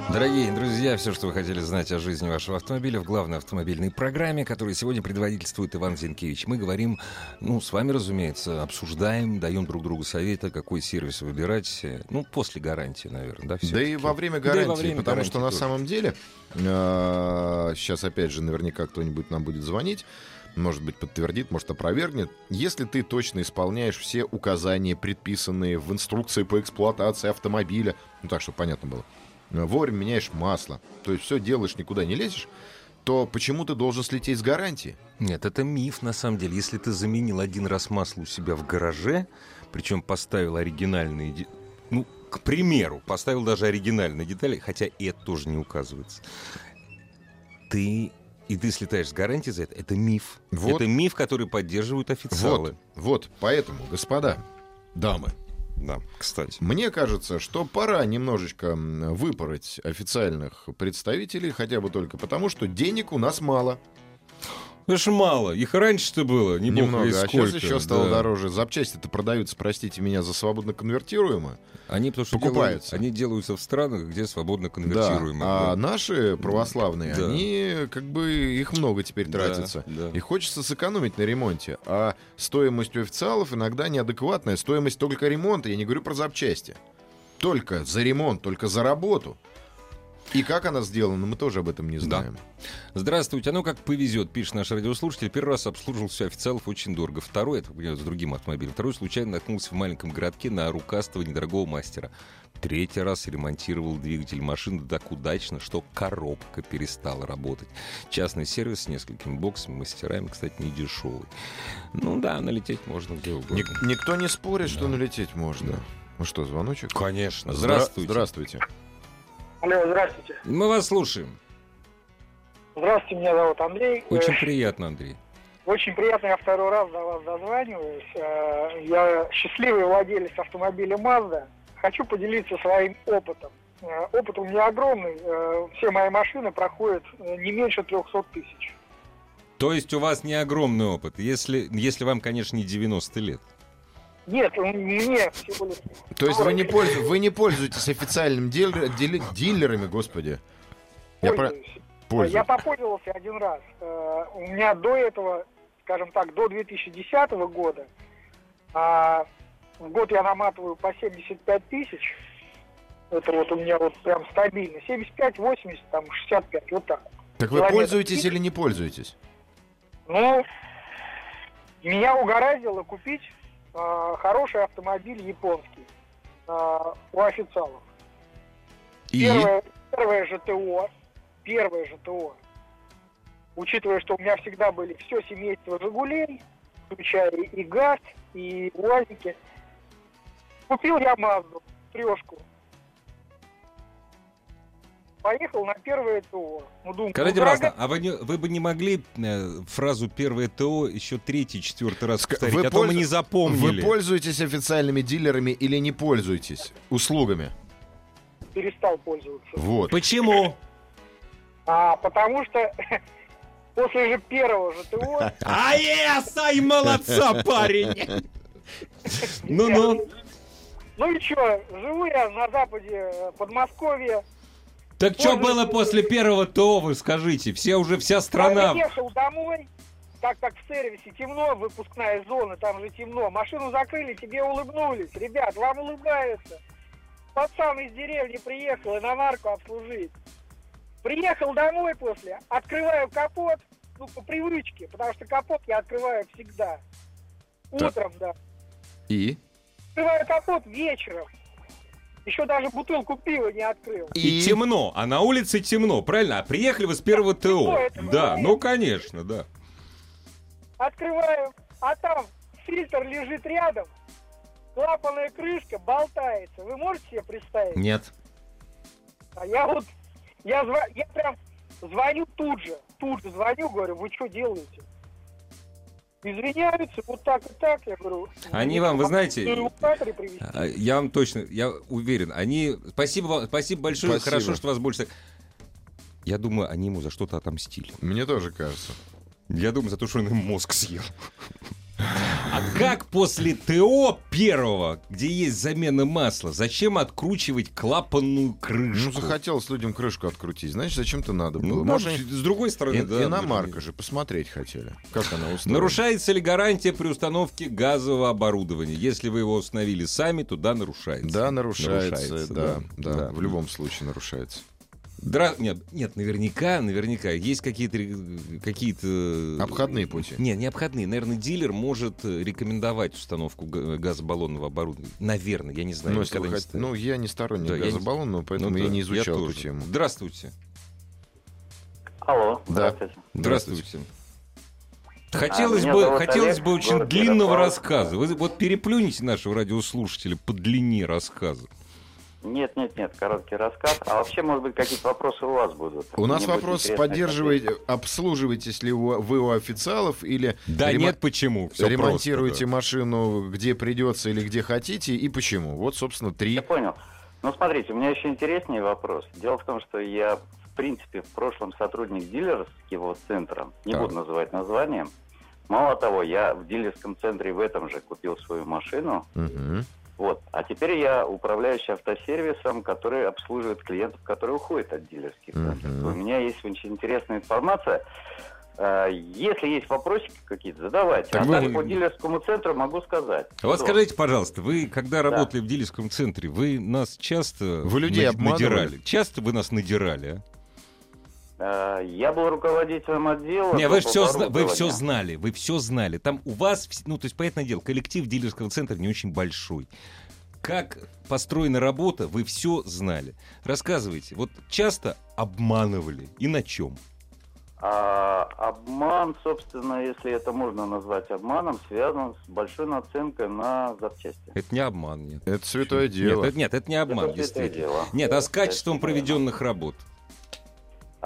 [SPEAKER 2] Дорогие друзья, все, что вы хотели знать о жизни вашего автомобиля в главной автомобильной программе, которую сегодня предводительствует Иван Зинкевич. Мы говорим, ну, с вами, разумеется, обсуждаем, даем друг другу советы, какой сервис выбирать. э, Ну, после гарантии, наверное, да, все.
[SPEAKER 3] Да и во время
[SPEAKER 2] Да и во
[SPEAKER 3] гарантии,
[SPEAKER 2] время
[SPEAKER 3] потому
[SPEAKER 2] гарантии
[SPEAKER 3] что на
[SPEAKER 2] тоже.
[SPEAKER 3] самом деле э, сейчас опять же наверняка кто-нибудь нам будет звонить, может быть подтвердит, может опровергнет. Если ты точно исполняешь все указания, предписанные в инструкции по эксплуатации автомобиля, ну так, чтобы понятно было, э, вовремя меняешь масло, то есть все делаешь, никуда не лезешь, то почему ты должен слететь с гарантии?
[SPEAKER 2] Нет, это миф, на самом деле. Если ты заменил один раз масло у себя в гараже, причем поставил оригинальные... де- Ну, к примеру, поставил даже оригинальные детали, хотя и это тоже не указывается. Ты... И ты слетаешь с гарантии за это. Это миф.
[SPEAKER 3] Вот.
[SPEAKER 2] Это миф, который поддерживают официалы.
[SPEAKER 3] Вот, поэтому, господа, дамы,
[SPEAKER 2] Да, кстати.
[SPEAKER 3] Мне кажется, что пора немножечко м, выпороть официальных представителей, хотя бы только потому, что денег у нас мало.
[SPEAKER 2] Это Ну, ж мало. Их раньше-то было. Не бог
[SPEAKER 3] немного.
[SPEAKER 2] весь
[SPEAKER 3] А сейчас
[SPEAKER 2] сколько,
[SPEAKER 3] еще стало
[SPEAKER 2] да.
[SPEAKER 3] дороже. Запчасти-то продаются, простите меня, за свободно конвертируемо.
[SPEAKER 2] Они потому что
[SPEAKER 3] Покупаются.
[SPEAKER 2] делают- они делаются в странах, где свободно
[SPEAKER 3] Да.
[SPEAKER 2] конвертируемые.
[SPEAKER 3] А наши православные,
[SPEAKER 2] Да.
[SPEAKER 3] они как бы их много теперь
[SPEAKER 2] Да,
[SPEAKER 3] тратится.
[SPEAKER 2] да.
[SPEAKER 3] И хочется сэкономить на ремонте. А стоимость у официалов иногда неадекватная. Стоимость только ремонта. Я не говорю про запчасти. Только за ремонт, только за работу. И как она сделана, мы тоже об этом не
[SPEAKER 2] Да.
[SPEAKER 3] знаем.
[SPEAKER 2] Здравствуйте. А ну как повезет, пишет наш радиослушатель. Первый раз обслуживал все официалов очень дорого. Второй, это я с другим автомобилем, второй случайно наткнулся в маленьком городке на рукастого недорогого мастера. Третий раз ремонтировал двигатель машины так удачно, что коробка перестала работать. Частный сервис с несколькими боксами, мастерами, кстати, не дешевый. Ну да, налететь можно где угодно.
[SPEAKER 3] Ник- никто не спорит, что
[SPEAKER 2] Да.
[SPEAKER 3] налететь можно.
[SPEAKER 2] Да.
[SPEAKER 3] Ну что, звоночек?
[SPEAKER 2] Конечно.
[SPEAKER 3] Здра-
[SPEAKER 2] Здравствуйте.
[SPEAKER 3] Здравствуйте.
[SPEAKER 6] Алло, здравствуйте.
[SPEAKER 2] Мы вас слушаем.
[SPEAKER 6] Здравствуйте, меня зовут Андрей.
[SPEAKER 2] Очень
[SPEAKER 6] Э,
[SPEAKER 2] приятно, Андрей.
[SPEAKER 6] Очень приятно, я второй раз до вас дозваниваюсь. Э, Я счастливый владелец автомобиля Mazda. Хочу поделиться своим опытом. Э, Опыт у меня огромный. Э, Все мои машины проходят э, не меньше 300 тысяч.
[SPEAKER 2] То есть у вас не огромный опыт, если, если вам, конечно, не 90 лет.
[SPEAKER 6] Нет, у- мне всего лишь...
[SPEAKER 3] То есть вы не, пользу- вы не пользуетесь официальным дилер- дили- дилерами, господи. Я про-
[SPEAKER 6] пользуюсь.
[SPEAKER 3] пользуюсь.
[SPEAKER 6] Э, Я попользовался один раз. Э, У меня до этого, скажем так, до 2010 года, а, в год я наматываю по 75 тысяч. Это вот у меня вот прям стабильно. 75, 80, там 65, вот так.
[SPEAKER 3] Так вы
[SPEAKER 6] Километр.
[SPEAKER 3] пользуетесь или не пользуетесь?
[SPEAKER 6] Ну, меня угораздило купить а, хороший автомобиль японский а, у официалов.
[SPEAKER 3] И?
[SPEAKER 6] Первое, первое же ТО, первое же ТО, учитывая, что у меня всегда были все семейство «Жигулей», включая и ГАЗ, и «УАЗики», купил я «Мазду», трешку. Поехал на первое ТО. Ну, думаю,
[SPEAKER 2] Скажите,
[SPEAKER 6] ну,
[SPEAKER 2] пожалуйста,
[SPEAKER 6] дорогая-
[SPEAKER 2] а вы, не- вы бы не могли э, фразу «первое ТО» еще третий, четвертый раз
[SPEAKER 3] Ска-
[SPEAKER 2] повторить,
[SPEAKER 3] вы
[SPEAKER 2] а то мы
[SPEAKER 3] пользу-
[SPEAKER 2] не запомнили.
[SPEAKER 3] Вы пользуетесь официальными дилерами или не пользуетесь услугами?
[SPEAKER 6] перестал пользоваться.
[SPEAKER 2] [laughs]
[SPEAKER 3] Вот.
[SPEAKER 2] Почему?
[SPEAKER 6] А, потому что [laughs] после же первого же
[SPEAKER 2] [laughs]
[SPEAKER 6] ТО
[SPEAKER 2] А я сай [laughs] молодца, парень! Ну-ну,
[SPEAKER 6] Ну и что, живу я на западе э, Подмосковья.
[SPEAKER 2] так что было после первого ТО, вы скажите? Все уже, вся страна...
[SPEAKER 6] Приехал домой, так как в сервисе темно, выпускная зона, там же темно. Машину закрыли, тебе улыбнулись. Ребят, вам улыбаются. пацан из деревни приехал и наварку обслужить. Приехал домой после, открываю капот, ну, по привычке, потому что капот я открываю всегда.
[SPEAKER 3] Так.
[SPEAKER 6] Утром, да.
[SPEAKER 3] И?
[SPEAKER 6] Открываю капот вечером. Еще даже бутылку пива не открыл.
[SPEAKER 3] И?
[SPEAKER 2] И темно, а на улице темно, правильно? А приехали вы с первого ТО.
[SPEAKER 6] это мы
[SPEAKER 2] Да,
[SPEAKER 6] знаем.
[SPEAKER 2] ну конечно, да.
[SPEAKER 6] Открываю, а там фильтр лежит рядом, клапанная крышка болтается. Вы можете себе представить?
[SPEAKER 2] Нет.
[SPEAKER 6] А я вот, я, зва- я прям звоню тут же, тут же звоню, говорю, вы что делаете? Извиняются, вот так и так, я говорю.
[SPEAKER 2] Они вам, вы знаете,
[SPEAKER 6] «Мне эвакуаторы привезти».
[SPEAKER 2] А, Я вам точно, я уверен. Они, спасибо, вам- спасибо большое,
[SPEAKER 3] Спасибо.
[SPEAKER 2] хорошо, что вас больше. так- Я думаю, они ему за что-то отомстили.
[SPEAKER 3] Мне тоже кажется.
[SPEAKER 2] Я думаю, за то, что он им мозг съел. А как после ТО первого, где есть замена масла, зачем откручивать клапанную крышку?
[SPEAKER 3] Ну, захотелось людям крышку открутить. Значит, зачем-то надо
[SPEAKER 2] Ну,
[SPEAKER 3] было.
[SPEAKER 2] там
[SPEAKER 3] Может,
[SPEAKER 2] же с другой стороны,
[SPEAKER 3] ин-
[SPEAKER 2] да,
[SPEAKER 3] иномарка же, посмотреть хотели. Как она устроена.
[SPEAKER 2] Нарушается ли гарантия при установке газового оборудования? Если вы его установили сами, то да, нарушается.
[SPEAKER 3] Да, нарушается, да, да,
[SPEAKER 2] да.
[SPEAKER 3] в любом случае нарушается.
[SPEAKER 2] Дра- Нет, нет, наверняка, наверняка есть какие-то ре- какие-то э,
[SPEAKER 3] Обходные пути.
[SPEAKER 2] Нет, не обходные. Наверное, дилер может э, рекомендовать установку га- газобаллонного оборудования. Наверное, я не знаю.
[SPEAKER 3] Ну, если
[SPEAKER 2] никогда
[SPEAKER 3] вы
[SPEAKER 2] не
[SPEAKER 3] хотите-
[SPEAKER 2] ставил.
[SPEAKER 3] ну, я не сторонник
[SPEAKER 2] Да, я не-
[SPEAKER 3] газобаллонного, поэтому
[SPEAKER 2] Ну
[SPEAKER 3] я
[SPEAKER 2] да,
[SPEAKER 3] не изучал эту
[SPEAKER 2] тоже.
[SPEAKER 3] тему.
[SPEAKER 2] Здравствуйте.
[SPEAKER 4] Алло,
[SPEAKER 3] Да.
[SPEAKER 2] Здравствуйте.
[SPEAKER 4] А,
[SPEAKER 2] Хотелось
[SPEAKER 4] меня
[SPEAKER 2] бы,
[SPEAKER 4] зовут
[SPEAKER 2] хотелось
[SPEAKER 4] Олег,
[SPEAKER 2] бы очень
[SPEAKER 4] город
[SPEAKER 2] длинного
[SPEAKER 4] Ярославль.
[SPEAKER 2] рассказа. Вы вот переплюните нашего радиослушателя по длине рассказа.
[SPEAKER 4] Нет, нет, нет, короткий рассказ. А вообще, может быть, какие-то вопросы у вас будут?
[SPEAKER 3] У нас
[SPEAKER 4] Мне будет
[SPEAKER 3] вопрос,
[SPEAKER 4] интересно,
[SPEAKER 3] поддерживаете, обслуживаетесь ли у- вы у официалов или
[SPEAKER 2] Да
[SPEAKER 3] рема-
[SPEAKER 2] нет, почему? Всё просто,
[SPEAKER 3] ремонтируете машину, где придется или где хотите, и почему? Вот, собственно, три.
[SPEAKER 4] Я понял. Ну, смотрите, у меня еще интереснее вопрос. Дело в том, что я, в принципе, в прошлом сотрудник дилерского центра, не
[SPEAKER 3] Так.
[SPEAKER 4] буду называть названием. Мало того, я в дилерском центре в этом же купил свою машину.
[SPEAKER 3] Мгм.
[SPEAKER 4] Вот. А теперь я управляющий автосервисом, который обслуживает клиентов, которые уходят от дилерских
[SPEAKER 3] Мгм.
[SPEAKER 4] центров. У меня есть очень интересная информация. Э, Если есть вопросики какие-то, задавайте.
[SPEAKER 2] Так
[SPEAKER 4] а
[SPEAKER 2] вы-
[SPEAKER 4] так по дилерскому центру могу сказать.
[SPEAKER 2] да. А Вот
[SPEAKER 4] Что?
[SPEAKER 2] скажите, пожалуйста, вы когда работали в дилерском центре, вы нас часто
[SPEAKER 3] Вы людей
[SPEAKER 2] над-
[SPEAKER 3] обманывали?
[SPEAKER 2] надирали? Часто вы нас надирали? а?
[SPEAKER 4] Э, Я был руководителем отдела.
[SPEAKER 2] Не, вы все, вы
[SPEAKER 4] оборудования.
[SPEAKER 2] все знали, вы все знали. Там у вас, вс- ну, то есть, понятное дело, коллектив дилерского центра не очень большой. Как построена работа, вы все знали. Рассказывайте, вот часто обманывали и на чем?
[SPEAKER 4] А, обман, собственно, если это можно назвать обманом, связан с большой наценкой на запчасти.
[SPEAKER 2] Это не обман, нет.
[SPEAKER 3] Это святое
[SPEAKER 2] Нет,
[SPEAKER 3] дело.
[SPEAKER 2] это, нет, это не обман,
[SPEAKER 4] Это святое
[SPEAKER 2] действительно.
[SPEAKER 4] дело.
[SPEAKER 2] Нет, а с
[SPEAKER 4] Это
[SPEAKER 2] качеством
[SPEAKER 4] святое дело.
[SPEAKER 2] проведенных работ.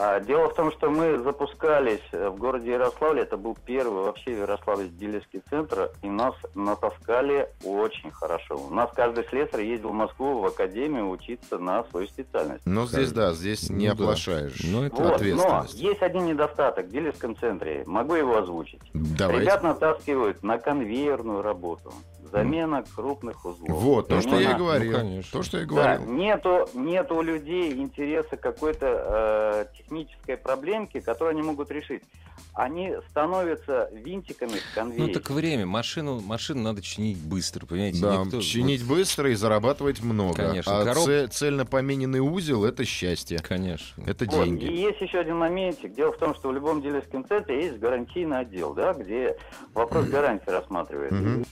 [SPEAKER 4] А, Дело в том, что мы запускались э, в городе Ярославле. Это был первый вообще в Ярославле дилерский центр. И нас натаскали очень хорошо. У нас каждый слесарь ездил в Москву в академию учиться на свою специальность.
[SPEAKER 3] Но здесь, да, здесь
[SPEAKER 2] Ну
[SPEAKER 3] не
[SPEAKER 2] да.
[SPEAKER 3] оплошаешь.
[SPEAKER 2] Ну, это
[SPEAKER 4] Вот, но
[SPEAKER 3] ответственность.
[SPEAKER 4] есть один недостаток в дилерском центре. Могу его озвучить.
[SPEAKER 3] Давайте.
[SPEAKER 4] Ребят натаскивают на конвейерную работу. Замена крупных узлов.
[SPEAKER 3] Вот, то, что я и
[SPEAKER 4] Именно.
[SPEAKER 3] говорил.
[SPEAKER 2] Ну, конечно.
[SPEAKER 3] то, что я и
[SPEAKER 4] Да, ну,
[SPEAKER 3] говорил.
[SPEAKER 4] нету, нету у людей интереса какой-то э, технической проблемки, которую они могут решить. Они становятся винтиками в конвейере.
[SPEAKER 2] Ну, так время, машину, машину надо чинить быстро, понимаете?
[SPEAKER 3] Да,
[SPEAKER 2] Никто-
[SPEAKER 3] чинить быстро и зарабатывать много.
[SPEAKER 2] Конечно,
[SPEAKER 3] а
[SPEAKER 2] короб-
[SPEAKER 3] це- цельно помененный узел — это счастье.
[SPEAKER 2] [laughs] вот, Конечно.
[SPEAKER 3] Это
[SPEAKER 4] Вот, И
[SPEAKER 3] деньги.
[SPEAKER 4] есть еще один моментик. Дело в том, что в любом дилерском центре есть гарантийный отдел, да, где вопрос гарантии рассматривается.
[SPEAKER 3] Мгм.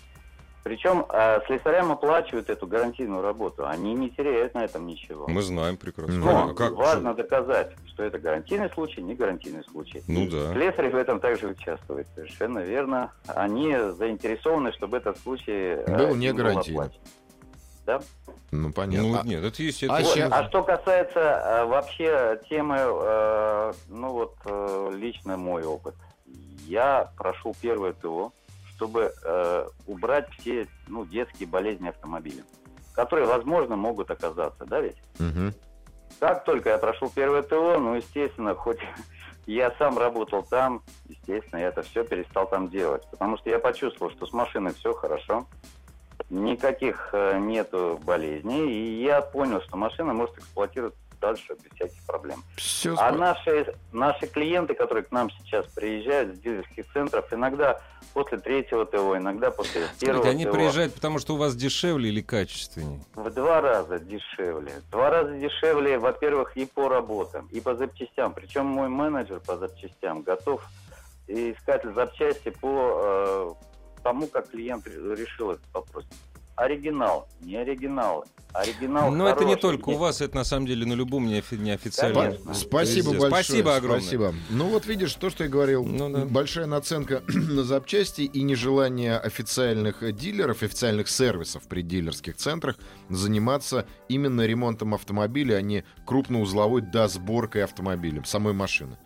[SPEAKER 4] Причем э, слесарям оплачивают эту гарантийную работу. Они не теряют на этом ничего.
[SPEAKER 2] Мы знаем прекрасно.
[SPEAKER 4] Но
[SPEAKER 2] А как-
[SPEAKER 4] важно доказать, что это гарантийный случай, не гарантийный случай.
[SPEAKER 2] Ну да.
[SPEAKER 4] Слесарь в этом также участвует, совершенно верно. Они заинтересованы, чтобы этот случай э,
[SPEAKER 3] Был
[SPEAKER 4] им
[SPEAKER 3] не гарантийным.
[SPEAKER 4] оплачен. Да?
[SPEAKER 3] Ну, понятно.
[SPEAKER 2] Ну,
[SPEAKER 3] А-
[SPEAKER 2] нет, это есть... это-
[SPEAKER 3] А
[SPEAKER 4] Вот.
[SPEAKER 3] щас-
[SPEAKER 4] А что касается э, вообще темы, э, ну вот э, лично мой опыт. Я прошел первое ТО, чтобы э, убрать все ну, детские болезни автомобиля, которые, возможно, могут оказаться, да ведь?
[SPEAKER 3] А, Мгм.
[SPEAKER 4] Как только я прошел первое ТО, ну, естественно, хоть [laughs] я сам работал там, естественно, я это все перестал там делать. Потому что я почувствовал, что с машиной все хорошо, никаких э, нету болезней, и я понял, что машина может эксплуатироваться дальше без всяких проблем.
[SPEAKER 3] Все
[SPEAKER 4] А наши, наши клиенты, которые к нам сейчас приезжают с дилерских центров, иногда после третьего ТО, иногда после первого
[SPEAKER 2] Смотрите, они
[SPEAKER 4] ТО,
[SPEAKER 2] приезжают, потому что у вас дешевле или качественнее?
[SPEAKER 4] в два раза дешевле. В два раза дешевле, во-первых, и по работам, и по запчастям. Причем мой менеджер по запчастям готов и искатель запчасти по э, тому, как клиент ре- решил этот вопрос. Оригинал, не оригинал. Оригинал
[SPEAKER 2] Но Ну, это не
[SPEAKER 4] Ну, хороший.
[SPEAKER 2] только у
[SPEAKER 4] Есть
[SPEAKER 2] вас, это на самом деле на любом неофи-
[SPEAKER 3] Спа-
[SPEAKER 2] неофициальном.
[SPEAKER 4] Понятно.
[SPEAKER 3] Спасибо
[SPEAKER 2] Везде.
[SPEAKER 3] большое.
[SPEAKER 2] Спасибо огромное.
[SPEAKER 3] Спасибо. Ну вот видишь, то, что я говорил.
[SPEAKER 2] Ну да.
[SPEAKER 3] Большая наценка [clears throat] на запчасти и нежелание официальных э, дилеров, официальных сервисов при дилерских центрах заниматься именно ремонтом автомобиля, а не крупноузловой досборкой автомобиля, самой машины.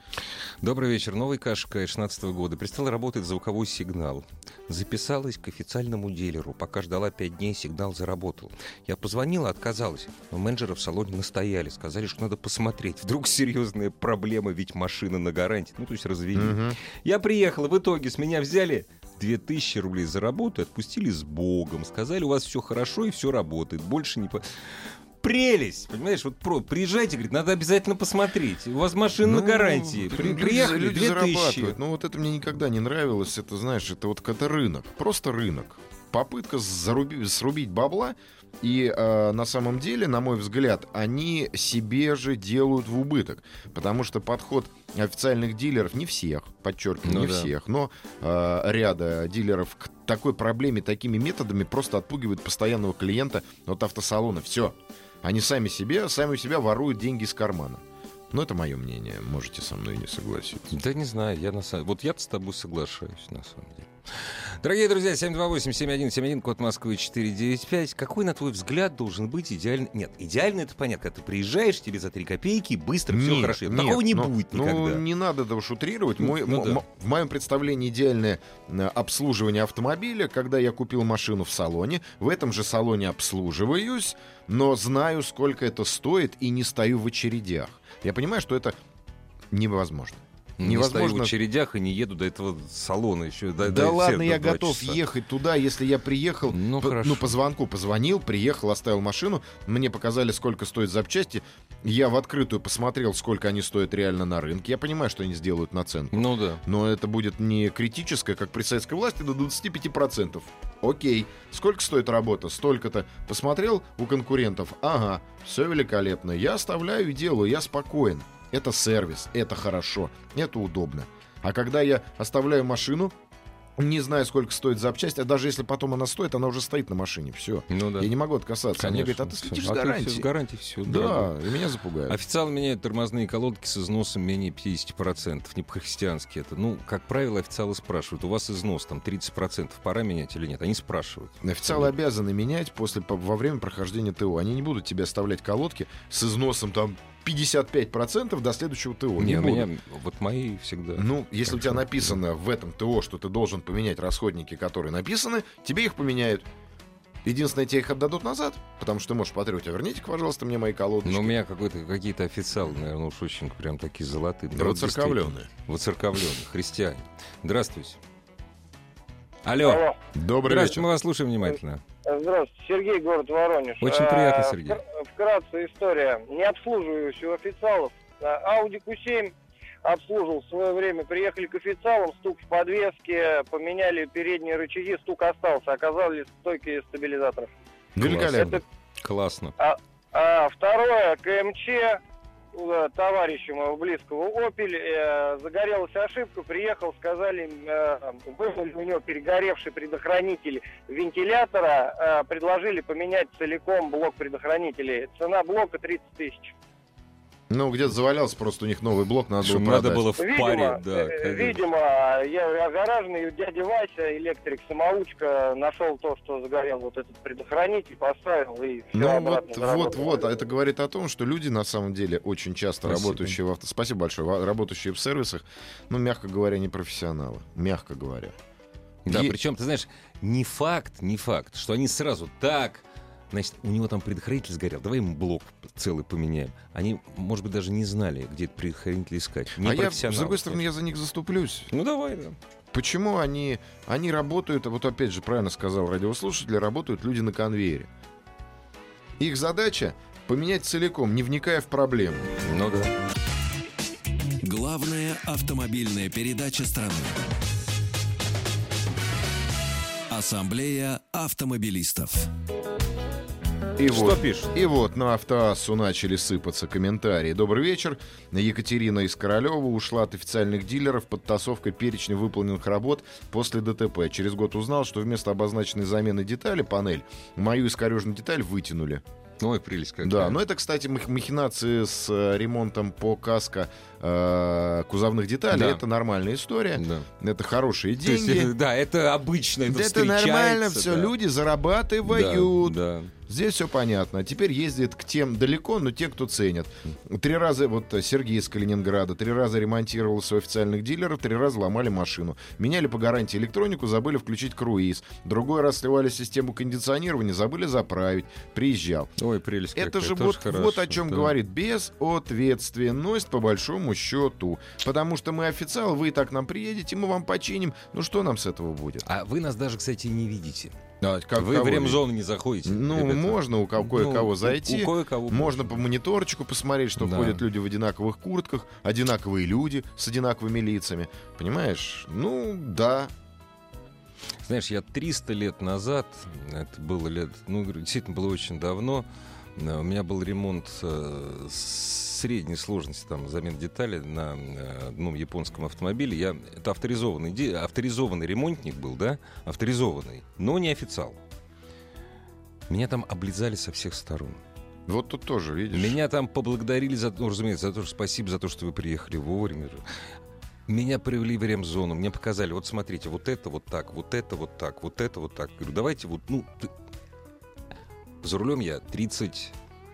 [SPEAKER 2] Добрый вечер. Новый Кашка 16 года. Перестал работать звуковой сигнал. Записалась к официальному дилеру. Пока ждала 5 дней, сигнал заработал. Я позвонила, отказалась. Но менеджеры в салоне настояли. Сказали, что надо посмотреть. Вдруг серьезная проблема, ведь машина на гарантии. Ну, то есть развели.
[SPEAKER 3] Мгм.
[SPEAKER 2] Я приехала, в итоге с меня взяли 2000 рублей за работу, и отпустили с Богом. Сказали, у вас все хорошо и все работает. Больше не... по- Прелесть, понимаешь, вот про, приезжайте, говорит, надо обязательно посмотреть. У вас машина на
[SPEAKER 3] Ну,
[SPEAKER 2] гарантии.
[SPEAKER 3] люди-
[SPEAKER 2] При-
[SPEAKER 3] люди-
[SPEAKER 2] приехали,
[SPEAKER 3] люди
[SPEAKER 2] 2000.
[SPEAKER 3] зарабатывают. Ну вот это мне никогда не нравилось. Это, знаешь, это вот как-то рынок. Просто рынок. Попытка заруби- срубить бабла. И э, на самом деле, на мой взгляд, они себе же делают в убыток. Потому что подход официальных дилеров, не всех, подчеркиваю,
[SPEAKER 2] Ну
[SPEAKER 3] не
[SPEAKER 2] да.
[SPEAKER 3] всех, но э, ряда дилеров к такой проблеме, такими методами просто отпугивают постоянного клиента от автосалона. Все. Они сами себе, сами у себя воруют деньги из кармана. Но это мое мнение, можете со мной не согласиться.
[SPEAKER 2] Да не знаю, я на самом... Вот я с тобой соглашаюсь, на самом деле. Дорогие друзья, 728-7171, код Москвы 495. Какой, на твой взгляд, должен быть идеальный... Нет, идеально это понятно. Когда ты приезжаешь, тебе за 3 копейки быстро все
[SPEAKER 3] Нет,
[SPEAKER 2] хорошо.
[SPEAKER 3] нет,
[SPEAKER 2] Такого не
[SPEAKER 3] ну-
[SPEAKER 2] будет
[SPEAKER 3] ну,
[SPEAKER 2] никогда.
[SPEAKER 3] не надо этого шутрировать. Мой-
[SPEAKER 2] Ну
[SPEAKER 3] м-
[SPEAKER 2] да.
[SPEAKER 3] м- В моем представлении идеальное э, обслуживание автомобиля, когда я купил машину в салоне, в этом же салоне обслуживаюсь, но знаю, сколько это стоит и не стою в очередях. Я понимаю, что это невозможно.
[SPEAKER 2] Не стою в
[SPEAKER 3] Невозможно.
[SPEAKER 2] очередях и не еду до этого салона еще. До, до
[SPEAKER 3] да ладно,
[SPEAKER 2] эфира
[SPEAKER 3] я
[SPEAKER 2] два
[SPEAKER 3] готов
[SPEAKER 2] часа.
[SPEAKER 3] ехать туда, если я приехал.
[SPEAKER 2] Ну,
[SPEAKER 3] по,
[SPEAKER 2] хорошо.
[SPEAKER 3] ну, по звонку позвонил, приехал, оставил машину. Мне показали, сколько стоит запчасти. Я в открытую посмотрел, сколько они стоят реально на рынке. Я понимаю, что они сделают наценку.
[SPEAKER 2] Ну да.
[SPEAKER 3] Но это будет не критическое, как при советской власти, до 25%. Окей. Сколько стоит работа? Столько-то. Посмотрел у конкурентов. Ага, все великолепно. Я оставляю и делаю, я спокоен. Это сервис, это хорошо, это удобно. А когда я оставляю машину, не знаю, сколько стоит запчасть, а даже если потом она стоит, она уже стоит на машине. Все.
[SPEAKER 2] Ну да.
[SPEAKER 3] Я не могу отказаться. Они говорят, а ты
[SPEAKER 2] всё.
[SPEAKER 3] следишь
[SPEAKER 2] А
[SPEAKER 3] за
[SPEAKER 2] ты всё с
[SPEAKER 3] гарантией.
[SPEAKER 2] гарантией все.
[SPEAKER 3] Да, и меня запугают.
[SPEAKER 2] Официал меняет тормозные колодки с износом менее 50%. Не по-христиански это. Ну, как правило, официалы спрашивают, у вас износ там 30%, пора менять или нет? Они спрашивают.
[SPEAKER 3] Официалы обязаны менять после, по- во время прохождения ТО. Они не будут тебе оставлять колодки с износом там 55% до следующего ТО. Не
[SPEAKER 2] Не, ну, у
[SPEAKER 3] будут.
[SPEAKER 2] меня вот мои всегда.
[SPEAKER 3] Ну, если у тебя
[SPEAKER 2] Хорошо.
[SPEAKER 3] написано в этом ТО, что ты должен поменять расходники, которые написаны, тебе их поменяют. Единственное, тебе их отдадут назад, потому что ты можешь потребовать, а верните, пожалуйста, мне мои колодочки.
[SPEAKER 2] Но Ну, у меня какой-то, какие-то официалы, наверное, уж очень прям такие золотые. Ну,
[SPEAKER 3] Да,
[SPEAKER 2] Вот действительно.
[SPEAKER 3] воцерковлённые.
[SPEAKER 2] Воцерковленные, христиане. Здравствуйте. Алло.
[SPEAKER 6] Алло.
[SPEAKER 3] Добрый
[SPEAKER 2] Здравствуйте,
[SPEAKER 3] вечер.
[SPEAKER 2] мы вас слушаем внимательно.
[SPEAKER 6] Здравствуйте, Сергей, город Воронеж.
[SPEAKER 2] Очень приятно,
[SPEAKER 6] Э,
[SPEAKER 2] Сергей.
[SPEAKER 6] вкр- Вкратце история. Не обслуживаюсь у официалов. А, Audi Q7 обслужил в свое время. Приехали к официалам, стук в подвеске, поменяли передние рычаги, стук остался. Оказались стойки стабилизаторов.
[SPEAKER 3] Великолепно.
[SPEAKER 6] Это-
[SPEAKER 2] Классно.
[SPEAKER 6] А второе, КМЧ э, товарищу моего близкого Опель, э, загорелась ошибка, приехал, сказали, э, вынули у него перегоревший предохранитель вентилятора, э, предложили поменять целиком блок предохранителей. Цена блока 30 тысяч.
[SPEAKER 3] Ну, где-то завалялся просто у них новый блок, надо
[SPEAKER 2] Что
[SPEAKER 3] было
[SPEAKER 2] надо
[SPEAKER 3] продать.
[SPEAKER 2] было в паре,
[SPEAKER 6] э,
[SPEAKER 2] да.
[SPEAKER 6] э,
[SPEAKER 2] конечно.
[SPEAKER 6] видимо, я огораженный, дядя Вася, электрик, самоучка, нашел то, что загорел вот этот предохранитель, поставил и все
[SPEAKER 3] Ну вот, вот, вот, а это говорит о том, что люди на самом деле очень часто
[SPEAKER 2] Спасибо.
[SPEAKER 3] работающие в авто, спасибо большое, Ва- работающие в сервисах, ну мягко говоря, не профессионалы, мягко говоря.
[SPEAKER 2] Да,
[SPEAKER 3] Е-
[SPEAKER 2] причем, ты знаешь, не факт, не факт, что они сразу так... Значит, у него там предохранитель сгорел, давай ему блок целый поменяем. Они, может быть, даже не знали, где этот предохранитель искать. Не
[SPEAKER 3] а я, с
[SPEAKER 2] профессионалы,
[SPEAKER 3] другой стороны, я за них заступлюсь.
[SPEAKER 2] конечно. Ну давай, да.
[SPEAKER 3] Почему они, они работают, а вот опять же правильно сказал радиослушатель, работают люди на конвейере. Их задача Поменять целиком, не вникая в проблему.
[SPEAKER 7] Ну да.
[SPEAKER 1] Главная автомобильная передача страны. Ассамблея автомобилистов.
[SPEAKER 3] И
[SPEAKER 7] Что
[SPEAKER 3] вот,
[SPEAKER 7] пишут?
[SPEAKER 3] и вот на автоассу начали сыпаться комментарии. Добрый вечер. Екатерина из Королева ушла от официальных дилеров подтасовкой перечня выполненных работ после ДТП. Через год узнал, что вместо обозначенной замены детали панель, мою искореженную деталь вытянули.
[SPEAKER 7] Ой, прелесть какая.
[SPEAKER 3] Да, ну, но это, кстати, мах- махинации с э, ремонтом по каска э, кузовных деталей.
[SPEAKER 7] Да.
[SPEAKER 3] Это нормальная история.
[SPEAKER 7] Да.
[SPEAKER 3] Это хорошие
[SPEAKER 2] То есть,
[SPEAKER 3] деньги.
[SPEAKER 2] это- [laughs] да, это обычно, это,
[SPEAKER 3] Да это
[SPEAKER 2] встречается,
[SPEAKER 3] нормально, все,
[SPEAKER 2] да.
[SPEAKER 3] люди
[SPEAKER 7] Да,
[SPEAKER 3] зарабатывают.
[SPEAKER 7] Да,
[SPEAKER 3] Здесь все понятно. Теперь ездит к тем далеко, но те, кто ценят. Три раза, вот э, Сергей из Калининграда, три раза ремонтировался у официальных дилеров, три раза ломали машину. Меняли по гарантии электронику, забыли включить круиз. Другой раз сливали систему кондиционирования, забыли заправить. Приезжал.
[SPEAKER 7] Ой, прелесть
[SPEAKER 3] Это
[SPEAKER 7] какая,
[SPEAKER 3] же
[SPEAKER 7] тоже
[SPEAKER 3] вот,
[SPEAKER 7] хорошо,
[SPEAKER 3] вот о чем
[SPEAKER 7] да.
[SPEAKER 3] говорит. Безответственность по большому счету. Потому что мы официал, вы и так нам приедете, мы вам починим. Ну что нам с этого будет?
[SPEAKER 2] А вы нас даже, кстати, не видите.
[SPEAKER 3] как
[SPEAKER 2] вы в
[SPEAKER 3] кого
[SPEAKER 2] ремзону не заходите.
[SPEAKER 3] Ну,
[SPEAKER 2] ребята.
[SPEAKER 3] можно у ко-
[SPEAKER 2] Ну,
[SPEAKER 3] кое-кого
[SPEAKER 2] у-
[SPEAKER 3] зайти.
[SPEAKER 2] у кое-кого
[SPEAKER 3] Можно по мониторчику посмотреть, что
[SPEAKER 2] Да.
[SPEAKER 3] ходят люди в одинаковых куртках, одинаковые люди с одинаковыми лицами. Понимаешь? Ну, да.
[SPEAKER 2] Знаешь, я 300 лет назад, это было лет, ну, говорю, действительно было очень давно, э, у меня был ремонт э, с- средней сложности, там, замен деталей на э, одном японском автомобиле. Я, это авторизованный, де- авторизованный ремонтник был, да, авторизованный, но не официал. Меня там облизали со всех сторон.
[SPEAKER 3] Вот тут тоже, видишь? А
[SPEAKER 2] Меня там поблагодарили за, ну, разумеется, за то, что спасибо за то, что вы приехали вовремя. Меня привели в ремзону, мне показали, вот смотрите, вот это вот так, вот это вот так, вот это вот так. Говорю, давайте вот, ну, ты- за рулем я 30,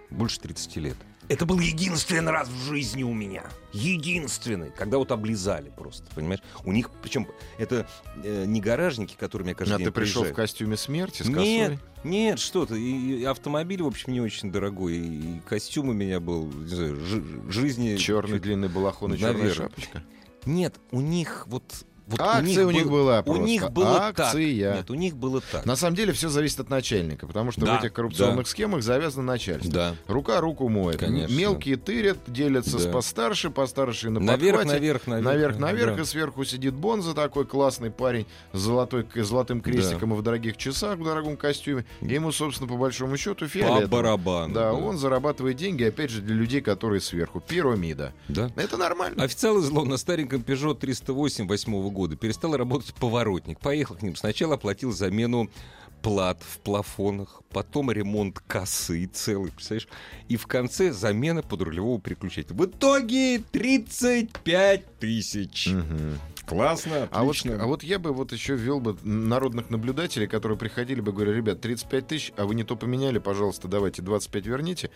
[SPEAKER 2] больше 30 лет. Это был единственный раз в жизни у меня. Единственный. Когда вот облизали просто, понимаешь? У них, причем, это э, не гаражники, которыми я каждый
[SPEAKER 3] А
[SPEAKER 2] день
[SPEAKER 3] ты пришел в
[SPEAKER 2] приезжаю.
[SPEAKER 3] костюме смерти с
[SPEAKER 2] Нет,
[SPEAKER 3] косой?
[SPEAKER 2] нет, что ты. И и автомобиль, в общем, не очень дорогой. И костюм у меня был, не знаю, жи- жизни...
[SPEAKER 3] Черный
[SPEAKER 2] чуть-
[SPEAKER 3] длинный балахон и черная
[SPEAKER 2] Наверное.
[SPEAKER 3] шапочка.
[SPEAKER 2] Нет, у них вот... вот
[SPEAKER 3] Акция А, у них
[SPEAKER 2] был-
[SPEAKER 3] была
[SPEAKER 2] У
[SPEAKER 3] просто.
[SPEAKER 2] них было
[SPEAKER 3] Акция.
[SPEAKER 2] так. Нет, у них было так.
[SPEAKER 3] На самом деле все зависит от начальника, потому что
[SPEAKER 2] Да,
[SPEAKER 3] в этих коррупционных схемах завязано начальство.
[SPEAKER 2] Да.
[SPEAKER 3] Рука руку моет. М-
[SPEAKER 2] Конечно.
[SPEAKER 3] Мелкие тырят, делятся с
[SPEAKER 2] Да.
[SPEAKER 3] постарше, постарше на
[SPEAKER 2] Наверх,
[SPEAKER 3] подхвате.
[SPEAKER 2] наверх, наверх.
[SPEAKER 3] Наверх,
[SPEAKER 2] да.
[SPEAKER 3] наверх, и сверху сидит Бонза, такой классный парень с, золотой, к- золотым крестиком и в дорогих часах, в дорогом костюме. И ему, собственно, по большому счету
[SPEAKER 2] По
[SPEAKER 3] фиолетово.
[SPEAKER 2] барабану.
[SPEAKER 3] Да, он зарабатывает деньги, опять же, для людей, которые сверху. Пирамида.
[SPEAKER 2] Да.
[SPEAKER 3] Это нормально.
[SPEAKER 2] Официал из Ло на стареньком Peugeot 308 8 года перестал работать поворотник. Поехал к ним. Сначала оплатил замену плат в плафонах, потом ремонт косы целый, представляешь? И в конце замена подрулевого переключателя. В итоге 35 тысяч.
[SPEAKER 3] Мгм.
[SPEAKER 2] Классно,
[SPEAKER 3] А вот,
[SPEAKER 2] отлично.
[SPEAKER 3] а вот я бы вот еще ввел бы народных наблюдателей, которые приходили бы, говорили, ребят, 35 тысяч, а вы не то поменяли, пожалуйста, давайте 25 верните,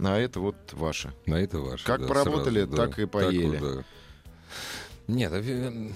[SPEAKER 3] а это вот ваше.
[SPEAKER 2] На это ваше.
[SPEAKER 3] Как поработали, так и поели.
[SPEAKER 2] вот, да. Нет, а, э,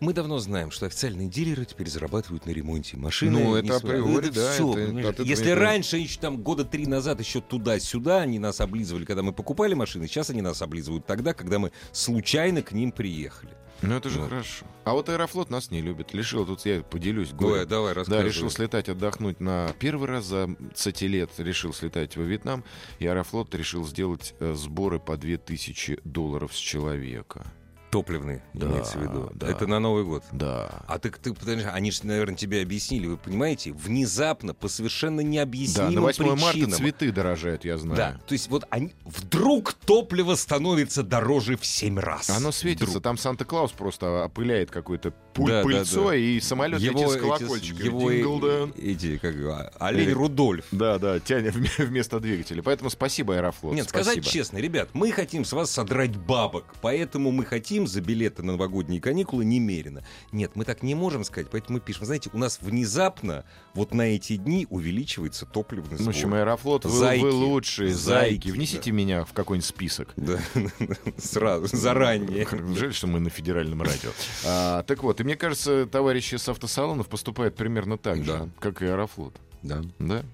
[SPEAKER 2] мы давно знаем, что официальные дилеры теперь зарабатывают на ремонте машины.
[SPEAKER 3] Ну,
[SPEAKER 2] не
[SPEAKER 3] это
[SPEAKER 2] свои.
[SPEAKER 3] априори,
[SPEAKER 2] Это
[SPEAKER 3] да,
[SPEAKER 2] всё,
[SPEAKER 3] это-
[SPEAKER 2] понимаешь?
[SPEAKER 3] от этого
[SPEAKER 2] Если
[SPEAKER 3] никуда-
[SPEAKER 2] раньше, еще там года три назад, еще туда-сюда, они нас облизывали, когда мы покупали машины, сейчас они нас облизывают тогда, когда мы случайно к ним приехали.
[SPEAKER 3] Ну это же
[SPEAKER 2] Вот.
[SPEAKER 3] хорошо. А вот Аэрофлот нас не любит. Лишил, тут я поделюсь. горем.
[SPEAKER 2] Ой, давай,
[SPEAKER 3] Да,
[SPEAKER 2] рассказывай.
[SPEAKER 3] решил слетать отдохнуть на первый раз за 30 лет. Решил слетать во Вьетнам. И Аэрофлот решил сделать э, сборы по 2000 долларов с человека.
[SPEAKER 2] Топливный,
[SPEAKER 3] Да,
[SPEAKER 2] имеется в виду.
[SPEAKER 3] да.
[SPEAKER 2] Это на Новый год.
[SPEAKER 3] Да.
[SPEAKER 2] А ты, ты, подожди, они же, наверное, тебе объяснили, вы понимаете, внезапно, по совершенно
[SPEAKER 3] Да,
[SPEAKER 2] необъяснимым
[SPEAKER 3] на 8 марта
[SPEAKER 2] причинам.
[SPEAKER 3] цветы дорожают, я знаю.
[SPEAKER 2] Да, то есть вот они вдруг топливо становится дороже в 7 раз.
[SPEAKER 3] Оно светится,
[SPEAKER 2] Вдруг.
[SPEAKER 3] там Санта-Клаус просто опыляет какое-то пуль-
[SPEAKER 2] Да, да,
[SPEAKER 3] пыльцо,
[SPEAKER 2] да.
[SPEAKER 3] и самолет летит с
[SPEAKER 2] эти-
[SPEAKER 3] колокольчиками.
[SPEAKER 2] его э-
[SPEAKER 3] Дингл-дэн.
[SPEAKER 2] эти, как его, а- олень
[SPEAKER 3] Э,
[SPEAKER 2] Рудольф.
[SPEAKER 3] Да, да, тянет вме- вместо двигателя. Поэтому спасибо, Аэрофлот.
[SPEAKER 2] Нет,
[SPEAKER 3] спасибо.
[SPEAKER 2] сказать честно, ребят, мы хотим с вас содрать бабок, поэтому мы хотим за билеты на новогодние каникулы немерено. Нет, мы так не можем сказать, поэтому мы пишем. Вы Знаете, у нас внезапно вот на эти дни увеличивается топливный
[SPEAKER 3] Ну, в
[SPEAKER 2] сбор.
[SPEAKER 3] общем, Аэрофлот, вы,
[SPEAKER 2] Зайки.
[SPEAKER 3] вы лучшие, зайки.
[SPEAKER 2] Зайки,
[SPEAKER 3] Внесите меня в какой-нибудь список.
[SPEAKER 2] Да, [laughs]
[SPEAKER 3] [laughs]
[SPEAKER 2] сразу, заранее.
[SPEAKER 3] Жаль, что мы на федеральном радио. А, так вот, и мне кажется, товарищи с автосалонов поступают примерно
[SPEAKER 2] Да.
[SPEAKER 3] так же, как и Аэрофлот.
[SPEAKER 2] Да.
[SPEAKER 3] Да?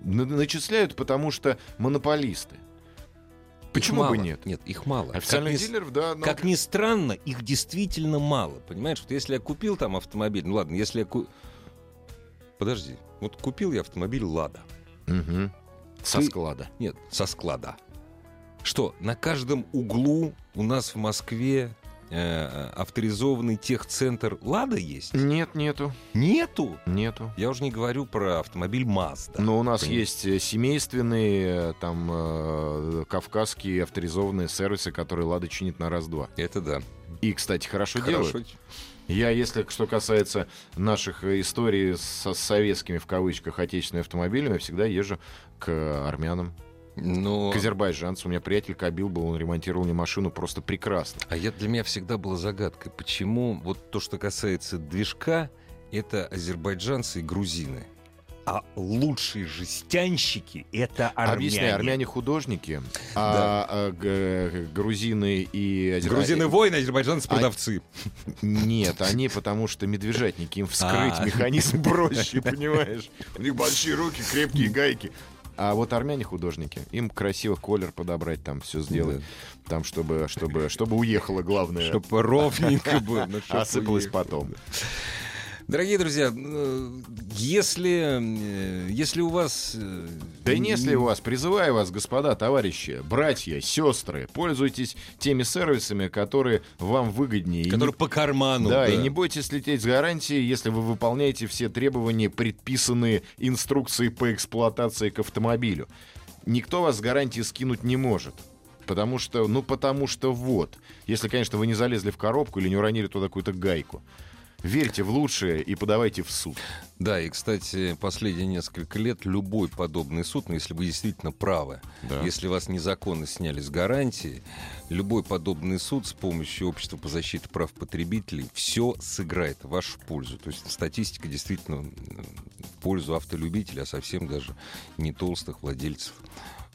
[SPEAKER 3] На- Начисляют, потому что монополисты. Почему
[SPEAKER 2] Их
[SPEAKER 3] бы
[SPEAKER 2] мало.
[SPEAKER 3] нет?
[SPEAKER 2] Нет, их мало.
[SPEAKER 3] Официальных
[SPEAKER 2] Как ни с-
[SPEAKER 3] дилеров, да, но...
[SPEAKER 2] Как ни странно, их действительно мало. Понимаешь, вот если я купил там автомобиль, ну ладно, если я ку... Подожди, вот купил я автомобиль Лада.
[SPEAKER 3] Мгм. Со
[SPEAKER 2] Ты-
[SPEAKER 3] склада.
[SPEAKER 2] Нет, со склада. Что, на каждом углу у нас в Москве э, авторизованный техцентр «Лада» есть?
[SPEAKER 3] Нет, нету.
[SPEAKER 2] Нету!
[SPEAKER 3] Нету.
[SPEAKER 2] Я уже не говорю про автомобиль «Мазда».
[SPEAKER 3] Но у нас
[SPEAKER 2] Понимаю.
[SPEAKER 3] есть э, семейственные, э, там, э, кавказские авторизованные сервисы, которые «Лада» чинит на раз-два.
[SPEAKER 2] Это да.
[SPEAKER 3] И, кстати, хорошо,
[SPEAKER 2] Хорошо.
[SPEAKER 3] делают. Я, если что касается наших э, историй со советскими, в кавычках, отечественными автомобилями, я всегда езжу к э, армянам,
[SPEAKER 2] Но...
[SPEAKER 3] к азербайджанцам. У меня приятель Кабил был, он ремонтировал мне машину просто прекрасно.
[SPEAKER 2] А я, для меня всегда была загадкой, почему вот то, что касается движка, это азербайджанцы и грузины.
[SPEAKER 8] А лучшие жестянщики — это армяне.
[SPEAKER 3] Объясняю, армяне художники, а, а, г- грузины и азербайджанцы...
[SPEAKER 2] Грузины воины, а азербайджанцы
[SPEAKER 3] А
[SPEAKER 2] продавцы.
[SPEAKER 3] Нет, они потому что медвежатники, им вскрыть
[SPEAKER 2] А. [laughs]
[SPEAKER 3] механизм проще, понимаешь? У них большие руки, крепкие гайки. А вот армяне художники, им красиво колер подобрать, там все сделать, там чтобы, чтобы, чтобы уехало главное,
[SPEAKER 2] Чтоб ровненько было. ну, чтоб
[SPEAKER 3] осыпалось
[SPEAKER 2] уехало.
[SPEAKER 3] потом.
[SPEAKER 2] Дорогие друзья, э, если, э, если у вас... э,
[SPEAKER 3] Да и если у вас, призываю вас, господа, товарищи, братья, сестры, пользуйтесь теми сервисами, которые вам выгоднее. И не-
[SPEAKER 8] Которые по
[SPEAKER 2] Ну
[SPEAKER 8] карману.
[SPEAKER 3] да, и не бойтесь лететь с гарантией, если вы выполняете все требования, предписанные инструкции по эксплуатации к автомобилю. Никто вас с гарантии скинуть не может. Потому что, ну потому что вот. Если, конечно, вы не залезли в коробку или не уронили туда какую-то гайку. Верьте в лучшее и подавайте в суд.
[SPEAKER 2] Да, и, кстати, последние несколько лет любой подобный суд, ну, если вы действительно правы, Если вас незаконно сняли с гарантии, любой подобный суд с помощью общества по защите прав потребителей все сыграет в вашу пользу. То есть статистика действительно м, в пользу автолюбителей, а совсем даже не толстых владельцев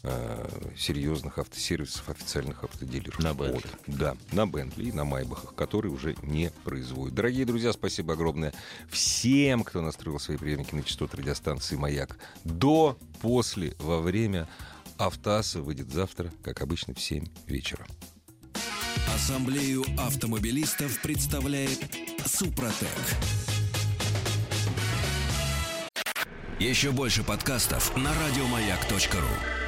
[SPEAKER 2] э, серьезных автосервисов, официальных автодилеров.
[SPEAKER 3] На Бентли.
[SPEAKER 2] Вот, да, на Бентли и на Майбахах, которые уже не производят. Дорогие друзья, спасибо огромное всем, кто настроил свои приемники на частоты радиостанции «Маяк». До, после, во время Автоасса выйдет завтра, как обычно, в 7 вечера.
[SPEAKER 1] Ассамблею автомобилистов представляет Супротек. Еще больше подкастов на радиомаяк.ру.